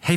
Hey,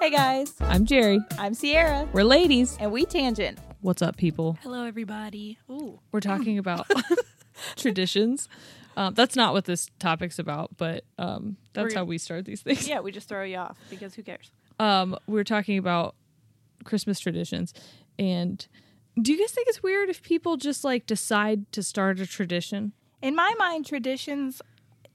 Hey guys, I'm Jerry. I'm Sierra, We're ladies. and we tangent. What's up, people? Hello, everybody. Ooh, We're talking about traditions. Um, that's not what this topic's about, but um, that's We're- how we start these things. yeah, we just throw you off because who cares? Um, we're talking about Christmas traditions. And do you guys think it's weird if people just like decide to start a tradition? In my mind, traditions,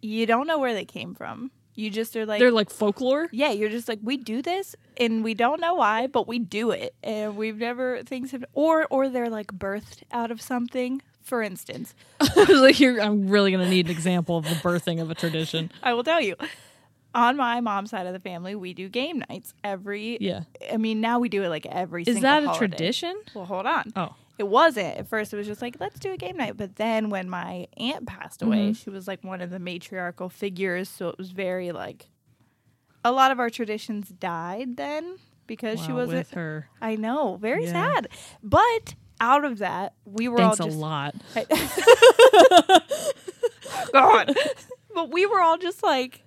you don't know where they came from. You just are like, They're like folklore. yeah, you're just like, we do this and we don't know why, but we do it. And we've never, things have, or, or they're like birthed out of something. For instance, like you're, I'm really going to need an example of the birthing of a tradition. I will tell you, on my mom's side of the family, we do game nights every, Yeah. I mean, now we do it like every Is single that a holiday. tradition? Well, hold on. Oh. It wasn't. At first, it was just like, let's do a game night. But then when my aunt passed away, Mm-hmm. she was like one of the matriarchal figures. So it was very like a lot of our traditions died then because she Wow, wasn't. with her. I know. Very Yeah. sad. But out of that, we were Thanks all just. a lot. God. but we were all just like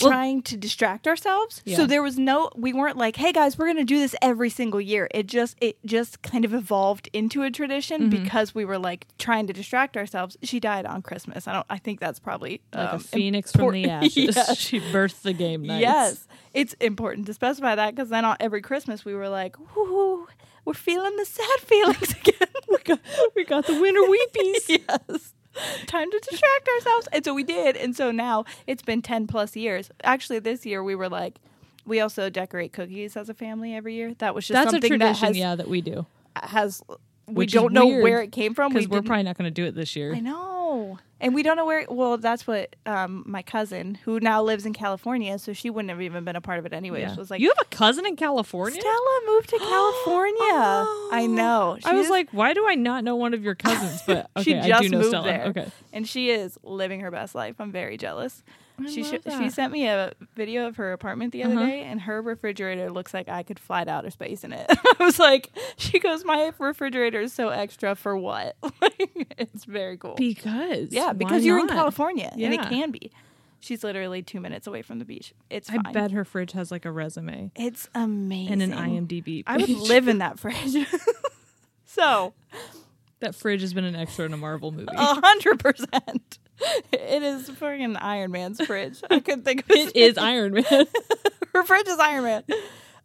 Well- trying to distract ourselves. Yeah. So there was no we weren't like, "Hey guys, we're going to do this every single year." It just it just kind of evolved into a tradition Mm-hmm. because we were like trying to distract ourselves. She died on Christmas. I don't I think that's probably Like a um, phoenix from the important- ashes. Yes. She birthed the game nights. Yes, it's important to specify that because then on every Christmas we were like, "Whoo, we're feeling the sad feelings again. we got we got the winter weepies. yes, time to distract ourselves." And so we did, and so now it's been ten plus years. Actually, this year we were like. We also decorate cookies as a family every year. That was just That's a something tradition, that has, yeah, that we do. has we Which is don't know weird, where it came from. We Because we are didn't- probably not going to do it this year. I know. And we don't know where. Well, that's what um, my cousin, who now lives in California, so she wouldn't have even been a part of it anyways, Yeah. was like, you have a cousin in California? Oh. Stella moved to California. I know. I was She's- like, why do I not know one of your cousins? But okay, she I just do know moved Stella. there. Okay. And she is living her best life. I'm very jealous. she love she that. sent me a video of her apartment the other Uh-huh. day, and her refrigerator looks like I could fly to outer space in it. I was like, she goes, my refrigerator is so extra for what? it's very cool. Because Yeah, why because you're in not? California and it Yeah. can be. She's literally two minutes away from the beach. It's I fine. bet her fridge has like a resume it's amazing. and an IMDb. I would page. live in that fridge. so that fridge has been an extra in a Marvel movie. a hundred percent. It is freaking Iron Man's fridge. I couldn't think of his it is Iron Man. her fridge is Iron Man.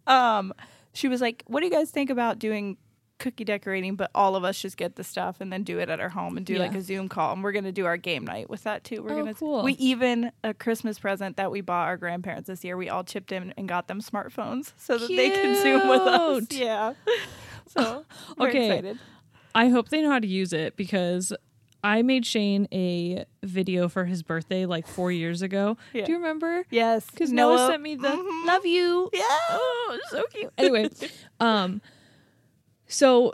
Um, she was like, "What do you guys think about doing cookie decorating, but all of us just get the stuff and then do it at our home and do like Yeah. a Zoom call. And we're gonna do our game night with that too. We're Oh, gonna cool. we even a Christmas present that we bought our grandparents this year. We all chipped in and got them smartphones so that they can Zoom with us. Cute. Yeah. So we're Okay. excited. I hope they know how to use it because I made Shane a video for his birthday like four years ago. Yeah. Do you remember? Yes. Because Noah, Mm-hmm. sent me the love you. Yeah. Oh, so cute. Anyway, um, so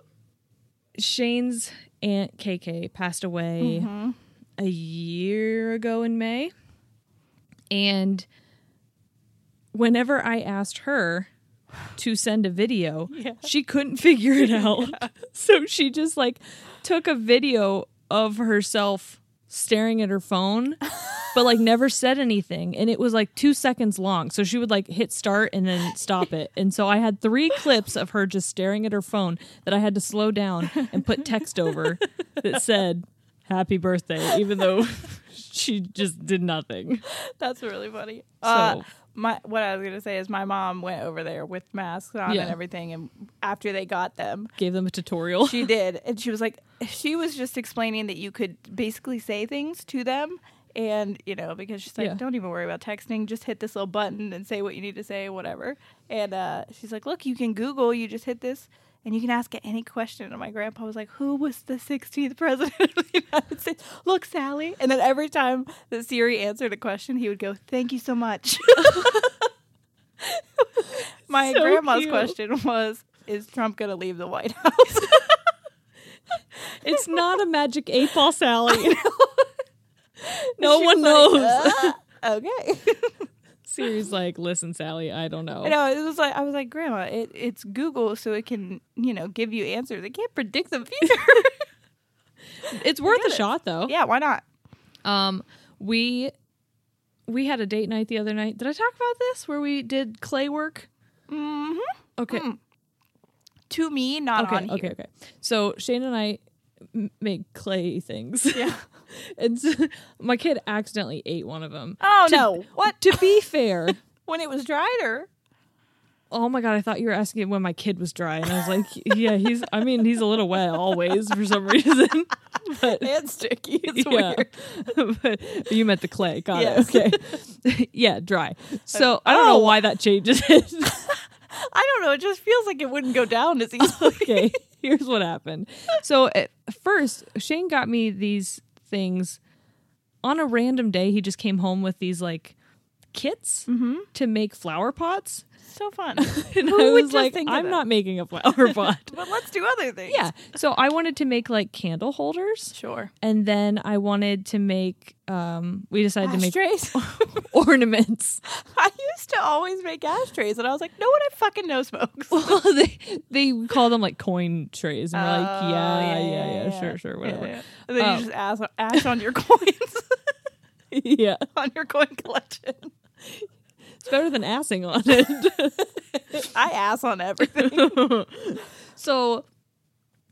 Shane's aunt KK passed away a year ago in May, and whenever I asked her to send a video, she couldn't figure it out. So she just like took a video of herself staring at her phone, but like never said anything. And it was like two seconds long. So she would like hit start and then stop it. And so I had three clips of her just staring at her phone that I had to slow down and put text over that said, Happy birthday, even though she just did nothing. That's really funny. Uh, So- my what I was gonna say is my mom went over there with masks on Yeah. and everything, and after they got them, Gave them a tutorial. she did, and she was like, she was just explaining that you could basically say things to them. And you know, because she's like, Yeah. don't even worry about texting. Just hit this little button and say what you need to say, whatever. And uh, she's like, look, you can Google. You just hit this, and you can ask it any question. And my grandpa was like, who was the 16th president of the United States? Look, Sally. And then every time that Siri answered a question, he would go, thank you so much. my So grandma's cute. question was, is Trump going to leave the White House? It's not a magic eight ball Sally. no She was one knows. like, "Uh, okay. Siri's like, listen, Sally, I don't know. I know it was like I was like, Grandma, it, it's Google, so it can you know give you answers. It can't predict the future. It's worth a it. shot though. yeah, why not? Um, we we had a date night the other night. Did I talk about this where we did clay work? Mm-hmm. Okay. To me, not okay. Mm, on here. Okay. Okay. So Shane and I m- make clay things. Yeah. and so, my kid accidentally ate one of them. Oh no! What To be fair. when it was dried or Oh my god, I thought you were asking when my kid was dry, and I was like, yeah, he's. I mean, he's a little wet always for some reason. But and sticky? It's yeah. weird. but you meant the clay. Got Yes. it. Okay. yeah, dry. So I don't know Oh. why that changes it. I don't know. It just feels like it wouldn't go down as easily. okay. Here's what happened. So at first, Shane got me these things on a random day. He just came home with these like kits to make flower pots. so fun. And Mm-hmm. Who I would was just like, think of I'm that? not making a flower pot. But let's do other things. yeah. So I wanted to make like candle holders. sure. And then I wanted to make, um, we decided to make Ashtrays. ornaments. I used to always make ashtrays, and I was like, no one I fucking know smokes. Well, they they call them like coin trays, and we're like, Oh, yeah, yeah, yeah, yeah. sure, sure, Yeah, whatever. yeah. And then Oh. you just ash, ash on your coins, Yeah, on your coin collection. it's better than assing on it. I ass on everything. so,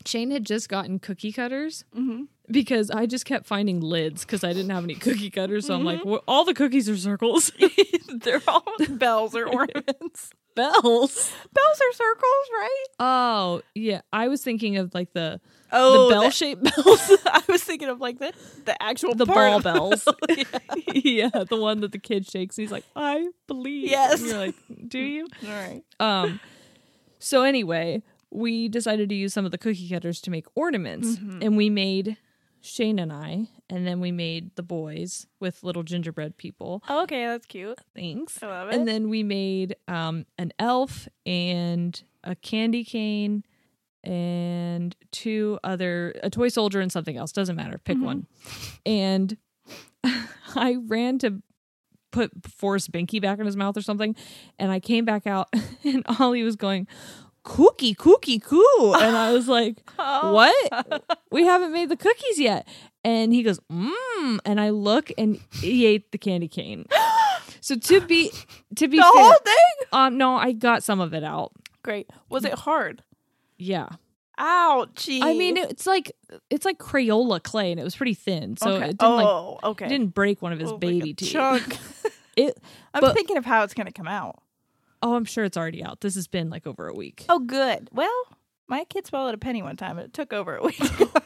Shane had just gotten cookie cutters because I just kept finding lids because I didn't have any cookie cutters. So I'm like, well, all the cookies are circles, They're all bells or ornaments. bells. bells are circles, right? Oh yeah, I was thinking of like the Oh, the bell shaped bells, I was thinking of like the the actual the part ball of- bells. yeah, the one that the kid shakes. He's like, I believe. Yes. and you're like, do you? All right. Um, so anyway, we decided to use some of the cookie cutters to make ornaments, Mm-hmm. and we made Shane and I, and then we made the boys with little gingerbread people Okay, that's cute. things, I love and it. then we made um an elf and a candy cane and two other a toy soldier and something else doesn't matter pick Mm-hmm. one and i ran to put force binky back in his mouth or something and i came back out and ollie was going cookie cookie coo and i was like Oh. what we haven't made the cookies yet and he goes mmm and i look and he ate the candy cane so to be to be The fair, whole thing. um no i got some of it out Great. Was it hard? yeah Ouchie. I mean, it's like it's like Crayola clay, and it was pretty thin, so okay. it didn't like oh, okay. it didn't break one of his Oh, like a baby teeth. Chunk. It. I'm But- thinking of how it's gonna come out. Oh, I'm sure it's already out. This has been like over a week. Oh, good. Well, My kid swallowed a penny one time and it took over a week. no,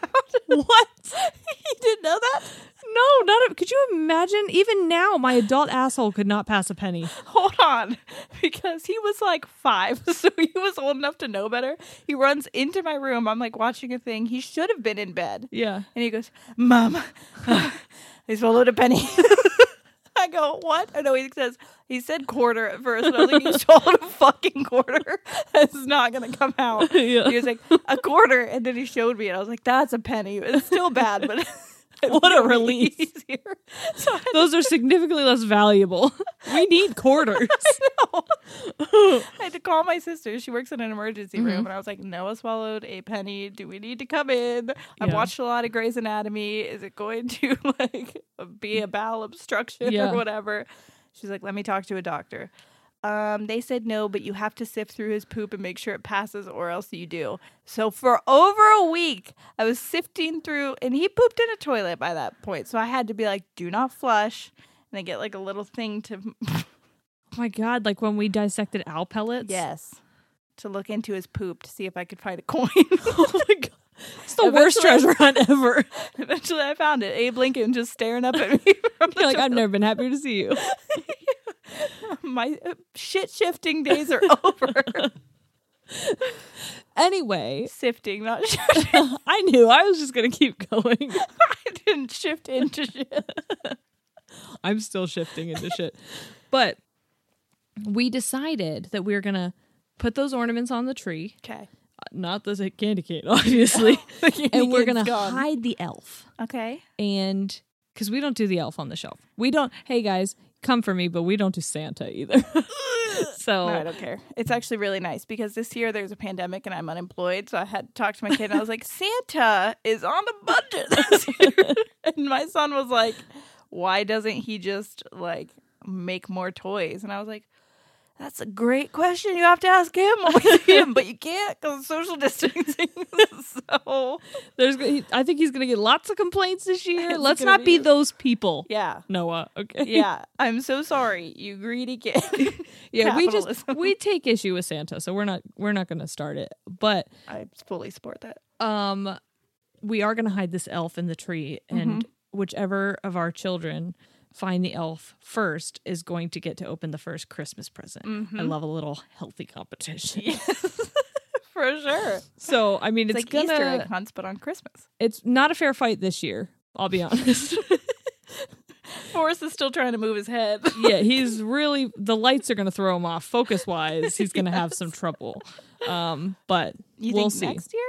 What? you didn't know that? No, not. A, could you imagine? Even now, my adult asshole could not pass a penny. hold on because he was like five so he was old enough to know better he runs into my room i'm like watching a thing he should have been in bed Yeah. and he goes mom i swallowed a penny i go what i know he says he said quarter at first and i was like you swallowed a fucking quarter that's not gonna come out Yeah. he was like a quarter and then he showed me and i was like that's a penny it's still bad but What a relief. easier. so I Those are significantly less valuable. We need quarters. I had to call my sister. She works in an emergency room, Mm-hmm. and I was like, "Noah swallowed a penny. Do we need to come in? I've Yeah. watched a lot of Grey's Anatomy. Is it going to like be a bowel obstruction Yeah. or whatever?" She's like, "Let me talk to a doctor." Um, they said no, but you have to sift through his poop and make sure it passes, or else you do. So for over a week, I was sifting through, and he pooped in a toilet by that point. So I had to be like, "Do not flush," and I get like a little thing to Oh my god! Like when we dissected owl pellets. Yes. To look into his poop to see if I could find a coin. Oh my god! It's the worst treasure Eventually- hunt ever. Eventually, I found it. Abe Lincoln just staring up at me. From the You're like, toilet. I've never been happier to see you. My uh, shit shifting days are over. Anyway, Sifting, not shifting. I knew I was just gonna keep going. I didn't shift into shit. I'm still shifting into shit. But we decided that we were gonna put those ornaments on the tree, Okay. not the candy cane, obviously, and we're gonna cane's gone. hide the elf. Okay. and because we don't do the elf on the shelf. We don't. Hey guys, come for me, but we don't do Santa either. so No, I don't care. It's actually really nice because this year there's a pandemic and I'm unemployed. So I had to talk to my kid and I was like, Santa is on a budget this year. and my son was like, why doesn't he just like make more toys? And I was like, that's a great question. You have to ask him when we see him, but you can't because social distancing. so there's. he- I think he's gonna get lots of complaints this year. It's Let's gonna not be, be- those people. yeah, Noah. Okay. yeah. I'm so sorry, you greedy kid. Yeah. We just Capitalism. we take issue with Santa, so we're not we're not gonna start it. But I fully support that. um, we are gonna hide this elf in the tree, and Mm-hmm. whichever of our children find the elf first is going to get to open the first Christmas present. I Mm-hmm. love a little healthy competition. For sure. It's, So I mean, it's, like gonna Easter egg hunts, but on Christmas. it's not a fair fight this year. I'll be honest. Forrest is still trying to move his head. yeah, he's really the lights are gonna throw him off. Focus wise, he's gonna have some trouble. Um, but You we'll think see. next year?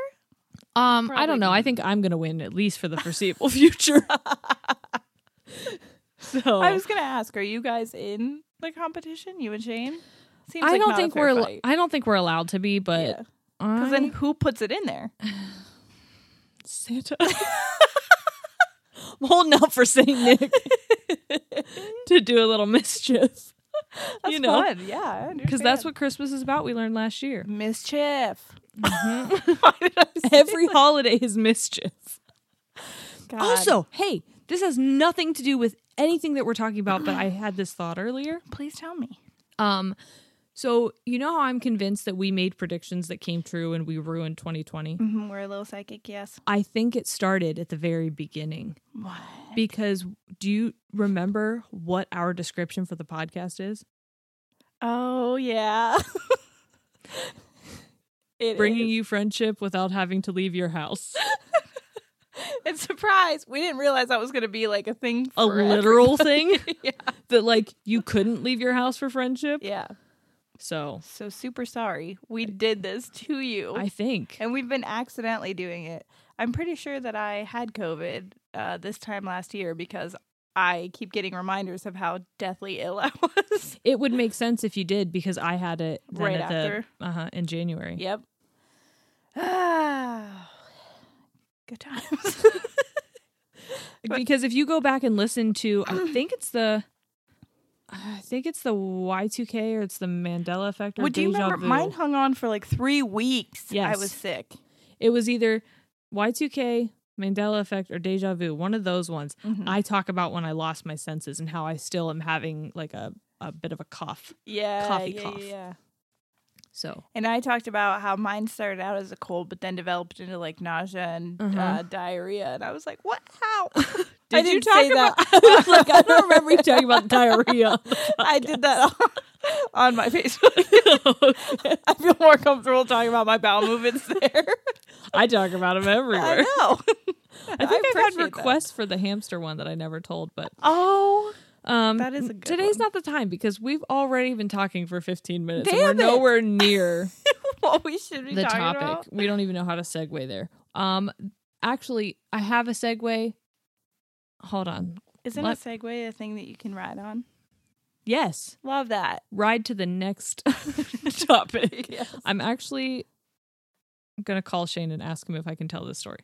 um, I don't know. I think I'm gonna win at least for the foreseeable future. so I was gonna ask, are you guys in the competition? You and Shane? Seems I like don't not a think fair we're fight. I don't think we're allowed to be, but Yeah. I, 'Cause then who puts it in there? Santa. I'm holding out for Saint Nick to do a little mischief. That's you know, fun. Yeah, because that's what Christmas is about. We learned last year. mischief. Why did I say Every holiday is mischief. God. Also, hey, this has nothing to do with anything that we're talking about, but I had this thought earlier. please tell me. Um, so you know how I'm convinced that we made predictions that came true and we ruined 2020? Mhm, we're a little psychic. Yes. I think it started at the very beginning What? because do you remember what our description for the podcast is? Oh yeah. It Bringing is. you friendship without having to leave your house. and surprise, we didn't realize that was gonna be like a thing. A for every- literal thing yeah. that like you couldn't leave your house for friendship. Yeah. So So super sorry. We did this to you. I think and we've been accidentally doing it. I'm pretty sure that I had COVID uh, this time last year because I keep getting reminders of how deathly ill I was. It would make sense if you did because I had it then Right at the- after. uh-huh, in January. yep. Ah, good times. Because if you go back and listen to, I think it's the, I think it's the Y two K or it's the Mandela effect or Would you Deja remember? Vu. Mine hung on for like three weeks. Yes. I was sick. It was either Y two K, Mandela effect, or Deja Vu. One of those ones. Mm-hmm. I talk about when I lost my senses and how I still am having like a a bit of a cough. Yeah, Coffee yeah, cough. Yeah, So And I talked about how mine started out as a cold, but then developed into like nausea and uh Uh-huh. diarrhea. And I was like, what? How? did you talk about? I was like, I don't remember you talking about diarrhea. I did that on, on my Facebook. I feel more comfortable talking about my bowel movements there. I talk about them everywhere. know. I think I have appreciate had that. requests for the hamster one that I never told, but Oh, um, That is a good today's one. not the time because we've already been talking for 15 minutes. Damn and we're it. nowhere near what we should be the talking topic. about. We don't even know how to segue there. Um, actually, I have a segue. Hold on. Isn't What? a Segway a thing that you can ride on? Yes, Love that. ride to the next topic. I'm actually gonna call Shane and ask him if I can tell this story.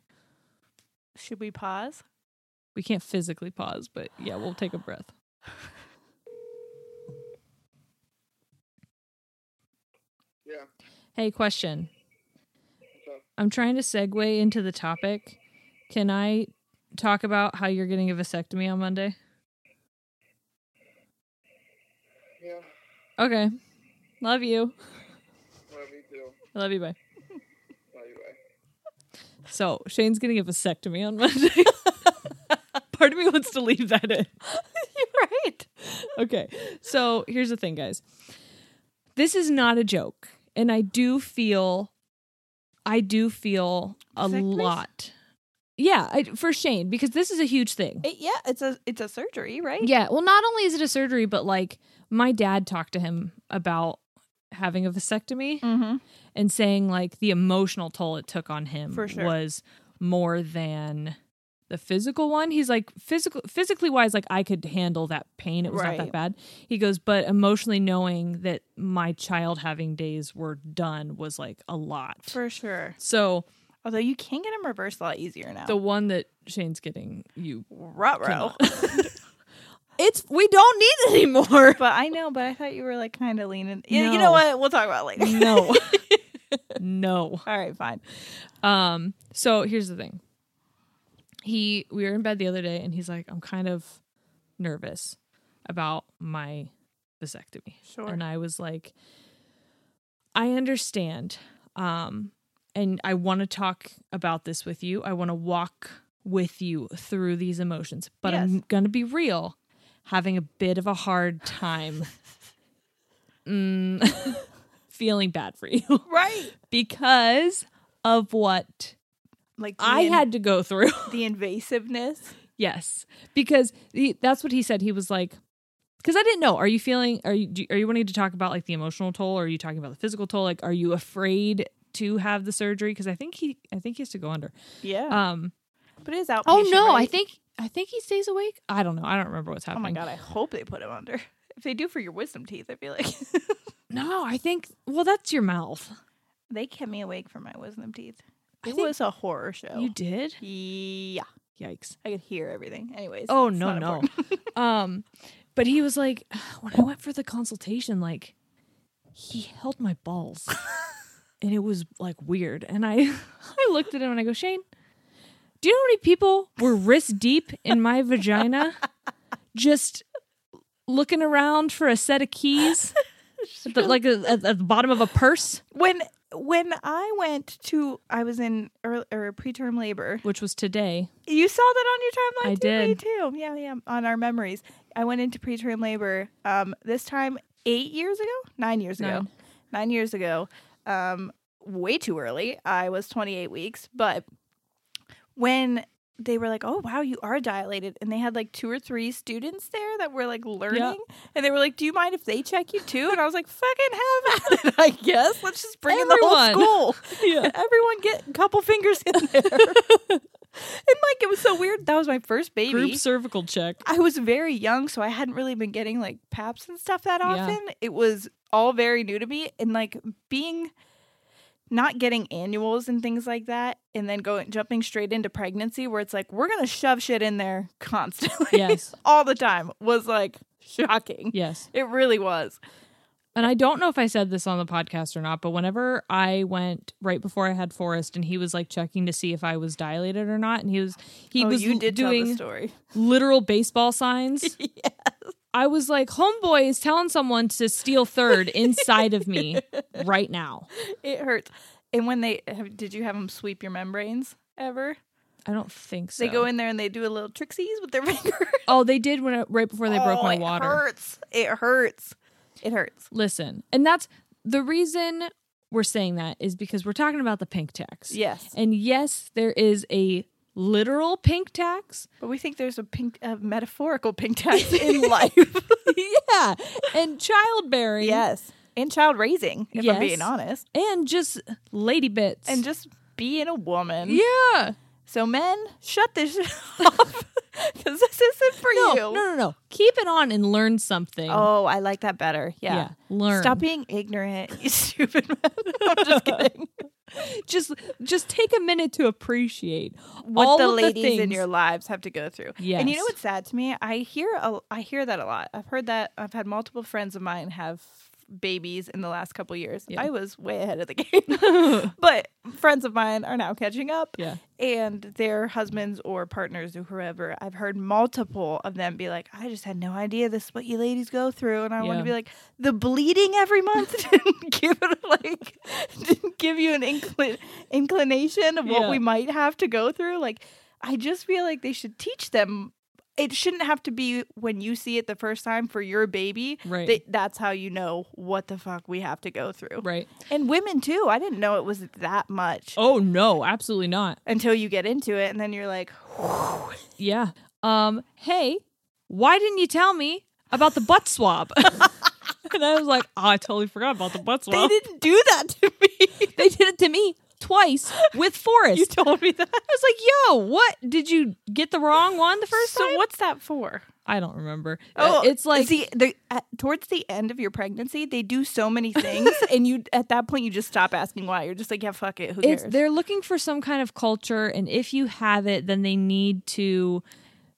Should we pause? We can't physically pause, but yeah, we'll take a breath. Yeah. Hey, question. I'm trying to segue into the topic. Can I talk about how you're getting a vasectomy on Monday? Yeah. Okay. Love you. Love you too. Love you. Bye. So Shane's getting a vasectomy on Monday. Part of me wants to leave that in. You're right. Okay. So here's the thing, guys. This is not a joke. And I do feel I do feel a Vasectomies? lot. Yeah, I, for Shane, because this is a huge thing. It, yeah, it's a it's a surgery, right? Yeah. Well, not only is it a surgery, but like my dad talked to him about having a vasectomy Mm-hmm. and saying like the emotional toll it took on him For sure. was more than the physical one. He's like physical physically wise, like I could handle that pain. It was not that Right. bad. He goes, but emotionally knowing that my child having days were done was like a lot. For sure. so Although you can get them reversed a lot easier now. the one that Shane's getting you Ruh-roh. it's we don't need it anymore. But I know, but I thought you were like kind of leaning. You, you No. know what? We'll talk about it later. No. no. All right, fine. Um, so here's the thing. He we were in bed the other day and he's like, I'm kind of nervous about my vasectomy. Sure. And I was like, I understand. Um, and I want to talk about this with you. I want to walk with you through these emotions. But I'm Yes. gonna be real, having a bit of a hard time mm, feeling bad for you Right. because of what Like the I in- had to go through. the invasiveness. yes, because he, that's what he said. He was like, because I didn't know. Are you feeling? Are you do, are you wanting to talk about like the emotional toll? Or are you talking about the physical toll? Like, are you afraid to have the surgery? Because I think he, I think he has to go under. Yeah. Um. but it is outpatient. Oh no, I right? think I think he stays awake. I don't know. I don't remember what's Oh happening. my god, I hope they put him under. If they do for your wisdom teeth, I feel like No, I think. Well, that's your mouth. they kept me awake for my wisdom teeth. I It think- was a horror show. You did. Yeah, Yikes. I could hear everything. Anyways. Oh it's no, not no. important. um, but he was like, when I went for the consultation, like he held my balls, and it was like weird. And I, I looked at him and I go, Shane, do you know how many people were wrist deep in my vagina, just looking around for a set of keys, at the- like a, at the bottom of a purse, When when I went to, I was in early, or preterm labor. which was today. You saw that on your timeline. I too, me did. too. Yeah, yeah. On our memories, I went into preterm labor. Um, this time eight years ago, nine years ago, Nine. nine, years ago. Um, way too early. I was twenty eight weeks, but when they were like, "Oh wow, you are dilated," and they had like two or three students there that were like learning, and they were like, "Do you mind if they check you too?" And I was like, "Fucking have at it, I guess. Let's just bring in the Everyone. whole school." Everyone get a couple fingers in there. and like it was so weird. That was my first baby. Group cervical check. I was very young, so I hadn't really been getting like paps and stuff that Yeah. often. It was all very new to me and like being not getting annuals and things like that and then going jumping straight into pregnancy where it's like we're going to shove shit in there constantly Yes. all the time was like shocking. Yes. It really was. and I don't know if I said this on the podcast or not, but whenever I went right before I had Forrest and he was like checking to see if I was dilated or not, and he was he oh, was you did tell the doing story. literal baseball signs. I was like, homeboy is telling someone to steal third inside of me right now. It hurts. And when they have, did you have them sweep your membranes ever? I don't think so. They go in there and they do a little tricksies with their finger. Oh, they did when I, right before they broke Oh, my it water. hurts. It hurts. It hurts. Listen, and that's the reason we're saying that is because we're talking about the pink tax. Yes. And yes, there is a literal pink tax. But we think there's a pink, a metaphorical pink tax in life. yeah. And childbearing. yes. And child raising, if I'm being Yes. honest. And just lady bits. And just being a woman. yeah. So men, shut this shit off. Because this isn't for No, you. no, no, no. Keep it on and learn something. Oh, I like that better. Yeah. Yeah, learn. Stop being ignorant, you stupid man. I'm just kidding. Just just take a minute to appreciate What all the of ladies the in things- your lives have to go through. And you Yes. know what's sad to me? I hear a, I hear that a lot. I've heard that. I've had multiple friends of mine have babies in the last couple years. I was way ahead of the game. but friends of mine are now catching up. Yeah. And their husbands or partners or whoever, I've heard multiple of them be like, I just had no idea this is what you ladies go through. And I want Yeah. to be like, the bleeding every month didn't give it like didn't give you an inclin- inclination of Yeah. what we might have to go through. Like, I just feel like they should teach them. It shouldn't have to be when you see it the first time for your baby. Right. that- that's how you know what the fuck we have to go through. Right. And women too. I didn't know it was that much Oh no, absolutely not. until you get into it, and then you're like, Yeah. Um, hey, why didn't you tell me about the butt swab? and I was like, oh, I totally forgot about the butt they swab. didn't do that to me. They did it to me twice with Forrest. you told me that. I was like, yo, what? Did you get the wrong one the first So time? what's that for? I don't remember. Uh, it's like Oh, see the at, towards the end of your pregnancy, they do so many things, and you at that point you just stop asking why. You're just like, yeah, fuck it, who it's cares? they're looking for some kind of culture, and if you have it, then they need to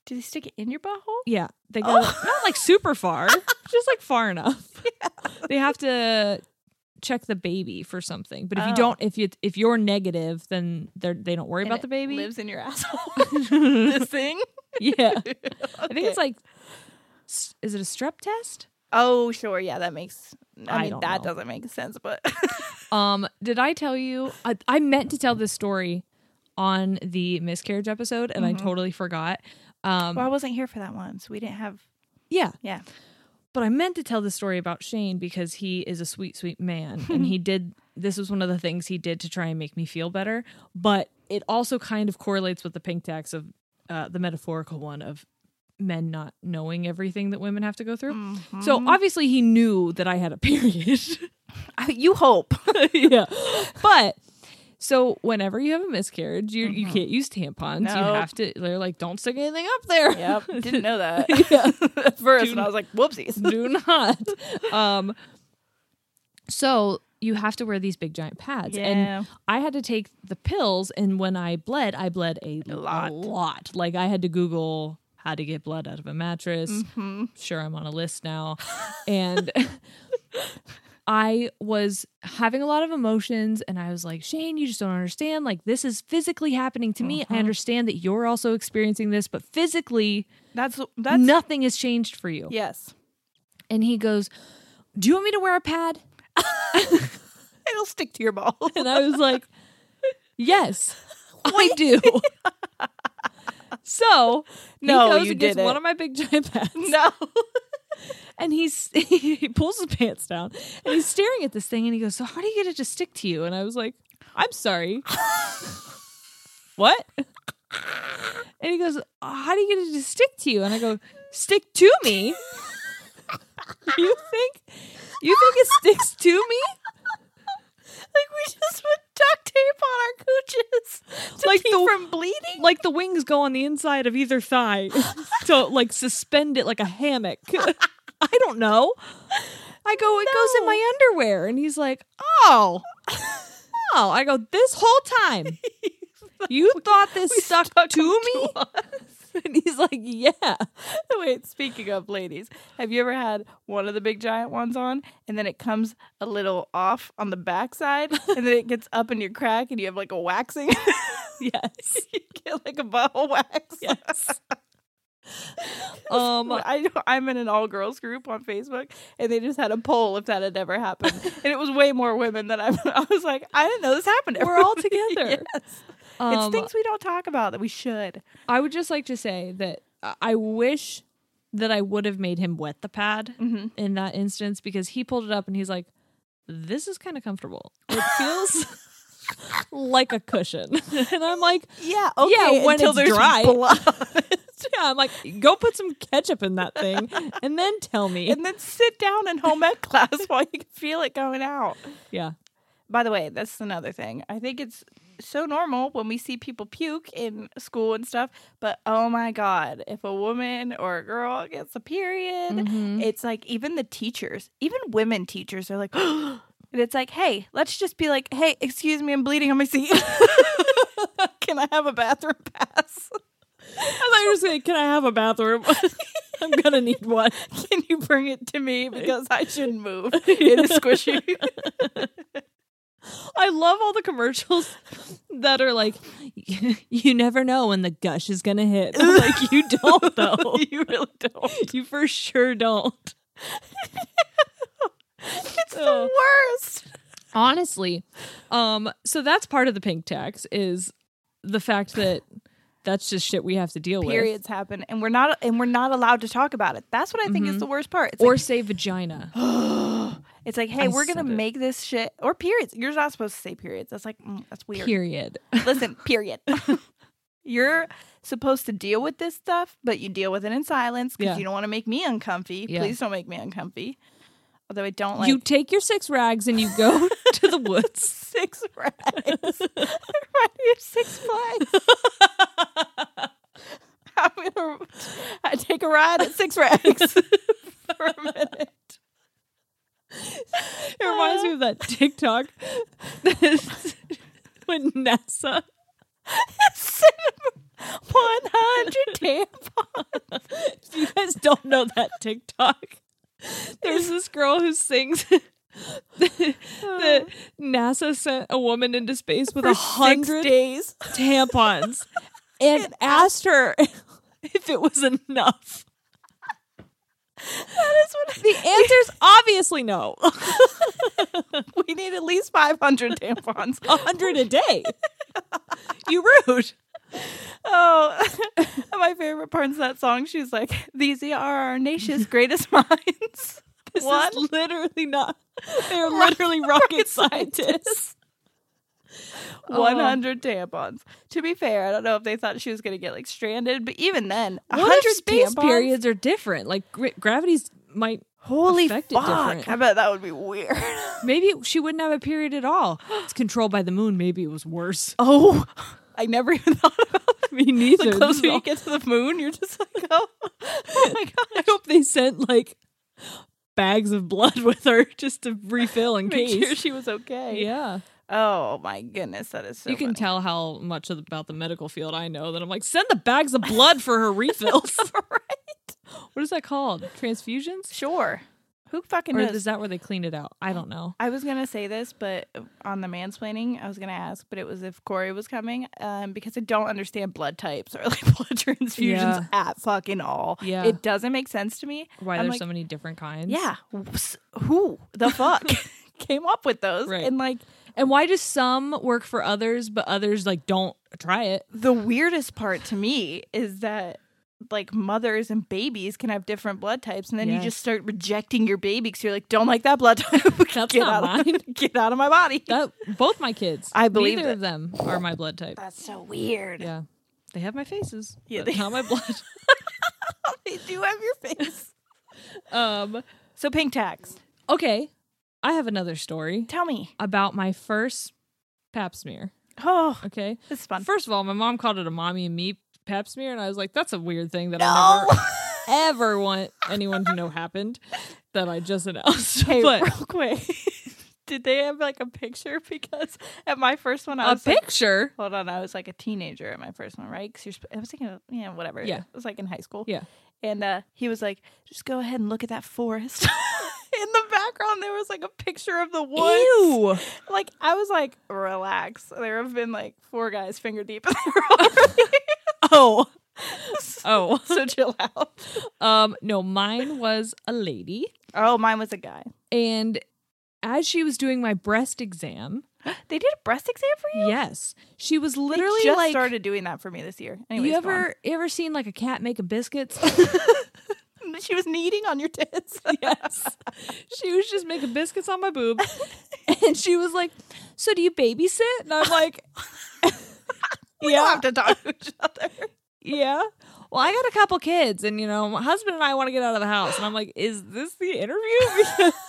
Do they stick it in your butthole? Yeah, they Oh. go not like super far, just like far enough. They have to check the baby for something. But if you Oh. don't, if you if you're negative, then they they don't worry about And the it baby. lives in your asshole. this thing. yeah, I think Okay. it's like, s- is it a strep test? Oh, sure, yeah, that makes. I I mean, don't that know. doesn't make sense, but Um, did I tell you? I, I meant to tell this story on the miscarriage episode, and Mm-hmm. I totally forgot. Um, well, I wasn't here for that one, so we didn't have. yeah, Yeah, but I meant to tell the story about Shane because he is a sweet, sweet man. and he did, this was one of the things he did to try and make me feel better. But it also kind of correlates with the pink tax of uh, the metaphorical one of men not knowing everything that women have to go through. So Mm-hmm. obviously he knew that I had a period. you hope. yeah. But. So whenever you have a miscarriage, you you can't use tampons. You Mm-hmm. Nope. have to. They're like, don't stick anything up there. Yep, didn't know that at first, and I was like, whoopsies. do not. Um, so you have to wear these big giant pads, Yeah. and I had to take the pills. And when I bled, I bled a, lot, lot. lot. Like I had to Google how to get blood out of a mattress. Mm-hmm. Sure, I'm on a list now, and. I was having a lot of emotions and I was like, Shane, you just don't understand. Like, this is physically happening to Mm-hmm. me. I understand that you're also experiencing this, but physically, That's that's nothing has changed for you. yes. And he goes, Do you want me to wear a pad? It'll stick to your balls. And I was like, Yes, I do. so No, he goes you and gets didn't. one of my big giant pads. no. And he's he pulls his pants down and he's staring at this thing and he goes, So how do you get it to stick to you? And I was like, I'm sorry. what? And he goes, How do you get it to stick to you? And I go, Stick to me. you think you think it sticks to me? Like we just put duct tape on our cooches to Like keep the- from bleeding. like the wings go on the inside of either thigh to like suspend it like a hammock. I don't know. I go, it goes in my underwear. And he's like, oh, oh. I go, this whole time, you thought this stuck, to me? and he's like, yeah. Wait, speaking of ladies, have you ever had one of the big giant ones on and then it comes a little off on the backside and then it gets up in your crack and you have like a waxing? Yes. you get like a butthole wax. Yes. Um, I, I'm in an all girls group on Facebook, and they just had a poll if that had ever happened, and it was way more women than I. I was like, I didn't know this happened. We're all Everybody- together. yes. it's um, things we don't talk about that we should. I would just like to say that I- I wish that I would have made him wet the pad in that instance because he pulled it up and he's like, "This is kind of comfortable. It feels like a cushion." And I'm like, Yeah. yeah, when until it's there's dry. blood. yeah, I'm like, go put some ketchup in that thing and then tell me. And then sit down in home ec class while you can feel it going out. yeah. By the way, that's another thing. I think it's so normal when we see people puke in school and stuff, but oh my god, if a woman or a girl gets a period, it's like even the teachers, even women teachers are like and it's like, "Hey, let's just be like, hey, excuse me, I'm bleeding on my seat. Can I have a bathroom pass? I thought you were saying, "Can I have a bathroom? I'm gonna need one." Can you bring it to me because I shouldn't move. It is squishy." I love all the commercials that are like, you never know when the gush is gonna hit. I'm like you don't though. you really don't. You for sure don't. it's the worst. Honestly, um, so that's part of the pink tax is the fact that that's just shit we have to deal with. periods happen and we're not and we're not allowed to talk about it that's what i think is the worst part it's Or like, say vagina. it's like hey I we're gonna said it. make this shit or periods you're not supposed to say periods that's like mm, that's weird Period. listen period you're supposed to deal with this stuff but you deal with it in silence because Yeah. you don't want to make me uncomfy Yeah. please don't make me uncomfy although i don't like you take your six rags and you go to the woods. six rags right here six flags I'm gonna I take a ride at six rags for a minute It reminds me of that TikTok when NASA one hundred tampons. If you guys don't know that TikTok, there's this girl who sings that NASA sent a woman into space with a hundred days. tampons and asked her if it was enough. That is what The answer's obviously no. A we need at least five hundred tampons. hundred a day. You rude. Oh, my favorite part is that song. She's like, "These are our nation's greatest minds." This What? is literally not. They are literally rocket scientists. One Oh. hundred tampons. To be fair, I don't know if they thought she was going to get like stranded, but even then, What hundred if space tampons? periods are different? Like gra- gravity's might Holy affect it fuck! different. I bet that would be weird. Maybe she wouldn't have a period at all. It's controlled by the moon. Maybe it was worse. oh, I never even thought about that. Me neither. The This closer is all- you get to the moon, you're just like, oh, oh my god. I hope they sent like bags of blood with her just to refill in Make case. sure she was okay. yeah, Oh my goodness, that is so. you can funny. tell how much of- about the medical field I know. That I'm like, send the bags of blood for her refills. right? What is that called? Transfusions? Sure. Who fucking Or knows? is that where they clean it out? I don't know. I was gonna say this, but uh, on the mansplaining, I was gonna ask, but it was if Corey was coming, um, because I don't understand blood types or like blood transfusions Yeah. at fucking all. Yeah. it doesn't make sense to me. Why I'm there's like, so many different kinds? Yeah, whoops, who the fuck came up with those? Right. And like And why do some work for others but others like don't try it? the weirdest part to me is that like mothers and babies can have different blood types, and then you Yes. just start rejecting your baby because you're like, don't like that blood type. That's get not out of- mine. get out of my body. That both my kids. I believe neither it. of them are my blood type. That's so weird. Yeah, they have my faces. Yeah, Yeah, they- not my blood. they do have your face. um. So pink tax. Okay, I have another story Tell me. about my first pap smear. Oh, Okay, this is fun. first of all, my mom called it a mommy and me pap smear, and I was like, "That's a weird thing that I never ever want anyone to know happened." That I just announced, Hey, but real quick. Did they have like a picture? Because at my first one, I a was like- picture. hold on, I was like a teenager at my first one, right? Because you're, sp- I was thinking, of- yeah, whatever. Yeah. it was like in high school. Yeah. and uh, he was like, just go ahead and look at that forest. in the background, there was like a picture of the woods. Ew. Like I was like, relax. There have been like four guys finger deep. in there already. Oh, Oh, so chill out. um, no, mine was a lady, Oh, mine was a guy. and as she was doing my breast exam, They did a breast exam for you. yes, she was They literally just like, started doing that for me this year. Anyways, you go on. ever ever seen like a cat making biscuits? She was kneading on your tits. yes. She was just making biscuits on my boob. And she was like, So do you babysit? And I'm like, we don't have to talk to each other. Yeah. Well, I got a couple kids, and you know, my husband and I want to get out of the house. And I'm like, Is this the interview?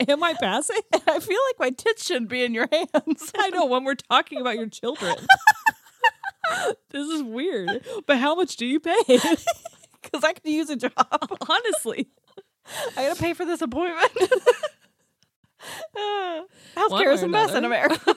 Because am I passing? I feel like my tits shouldn't be in your hands. I know when we're talking about your children. this is weird. But how much do you pay? Because I could use a job. I Honestly. gotta pay for this appointment. uh, healthcare way is or a mess in another. America.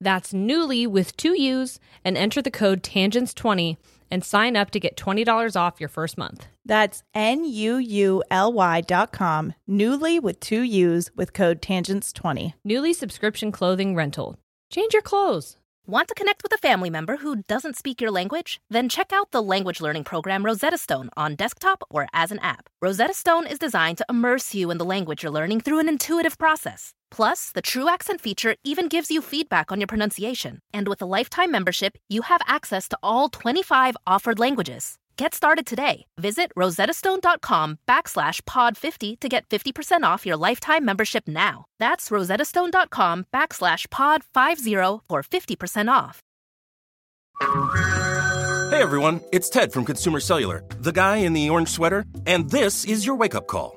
That's Newly with two U's and enter the code TANGENTS20 and sign up to get $20 off your first month. That's N U U L Y dot com, Newly with two U's with code TANGENTS20. Newly subscription clothing rental. Change your clothes. Want to connect with a family member who doesn't speak your language? Then check out the language learning program Rosetta Stone on desktop or as an app. Rosetta Stone is designed to immerse you in the language you're learning through an intuitive process. Plus, the True Accent feature even gives you feedback on your pronunciation. And with a lifetime membership, you have access to all 25 offered languages. Get started today. Visit rosettastone.com backslash pod 50 to get 50% off your lifetime membership now. That's rosettastone.com backslash pod 50 for 50% off. Hey everyone, it's Ted from Consumer Cellular, the guy in the orange sweater, and this is your wake up call.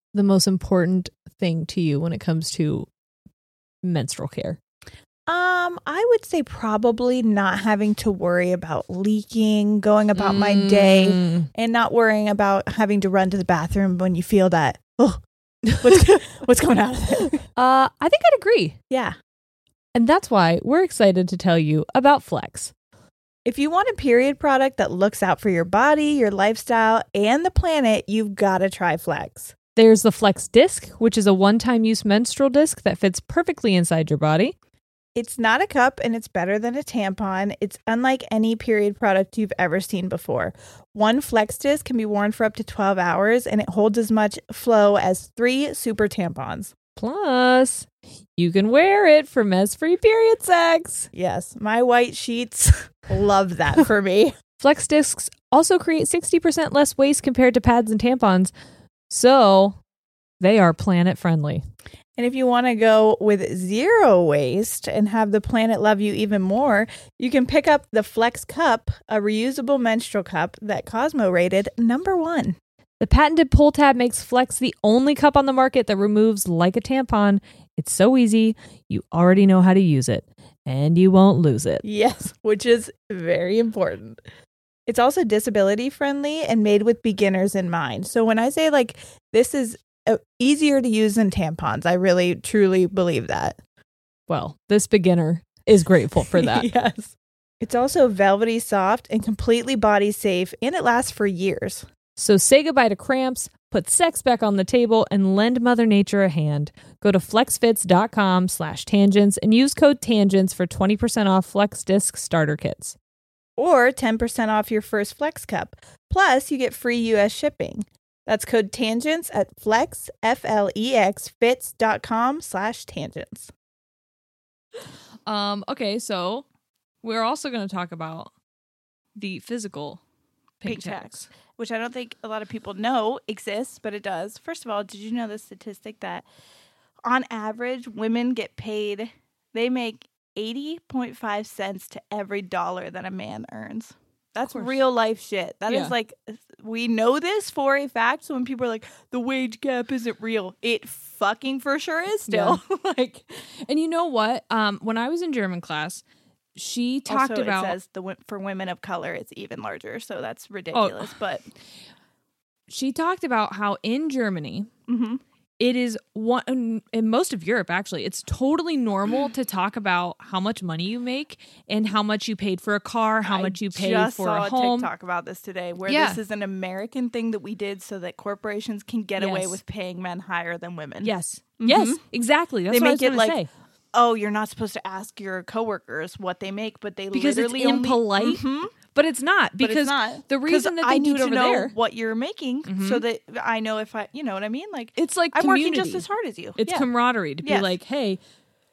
the most important thing to you when it comes to menstrual care? Um, I would say probably not having to worry about leaking, going about my day, Mm. and not worrying about having to run to the bathroom when you feel that. Oh, what's what's coming out of it? Uh, I think I'd agree. Yeah. And that's why we're excited to tell you about Flex. If you want a period product that looks out for your body, your lifestyle, and the planet, you've got to try Flex. There's the Flex disc, which is a one time use menstrual disc that fits perfectly inside your body. It's not a cup and it's better than a tampon. It's unlike any period product you've ever seen before. One flex disc can be worn for up to 12 hours and it holds as much flow as three super tampons. Plus, You can wear it for mess free period sex. Yes, my white sheets love that for me. Flex discs also create 60% less waste compared to pads and tampons. So they are planet friendly. And if you want to go with zero waste and have the planet love you even more, you can pick up the Flex Cup, a reusable menstrual cup that Cosmo rated number one. The patented pull tab makes Flex the only cup on the market that removes like a tampon. It's so easy, you already know how to use it, and you won't lose it. Yes, which is very important. It's also disability friendly and made with beginners in mind. So when I say like this is uh, easier to use than tampons, I really truly believe that. Well, this beginner is grateful for that. yes. It's also velvety soft and completely body safe, and it lasts for years. So say goodbye to cramps, put sex back on the table, and lend Mother Nature a hand. Go to flexfits.com slash tangents and use code tangents for 20% off Flex Disc starter kits. Or 10% off your first Flex Cup. Plus, you get free U.S. shipping. That's code tangents at flex, E F-L-E-X, fits.com slash tangents. Um, okay, so we're also going to talk about the physical pink, Pink tax, which I don't think a lot of people know exists, but it does. First of all, did you know the statistic that on average women get paid they make 80.5 cents to every dollar that a man earns. That's course. real life shit. That is Yeah. like we know this for a fact. So when people are like the wage gap isn't real, it fucking for sure is still. like, and you know what? Um, when I was in German class, she talked also, about it says the wo- for women of color it's even larger, so that's ridiculous. But she talked about how in Germany Mm-hmm. it is one in most of Europe actually it's totally normal to talk about how much money you make and how much you paid for a car, how much you paid just for saw a home. TikTok about this today, where Yeah. this is an American thing that we did so that corporations can get away Yes. with paying men higher than women. Yes. Yes, exactly. That's Mm-hmm. they what I make was it gonna like, say. oh, you're not supposed to ask your coworkers what they make, but they Because it's literally only- impolite, Mhm. But it's not But it's because not. the 'Cause reason that they I do need it to over know there what you're making, so Mhm. that I know if I, you know what I mean? Like it's like I'm community. working just as hard as you. It's Yeah. camaraderie to Yes. be like, hey,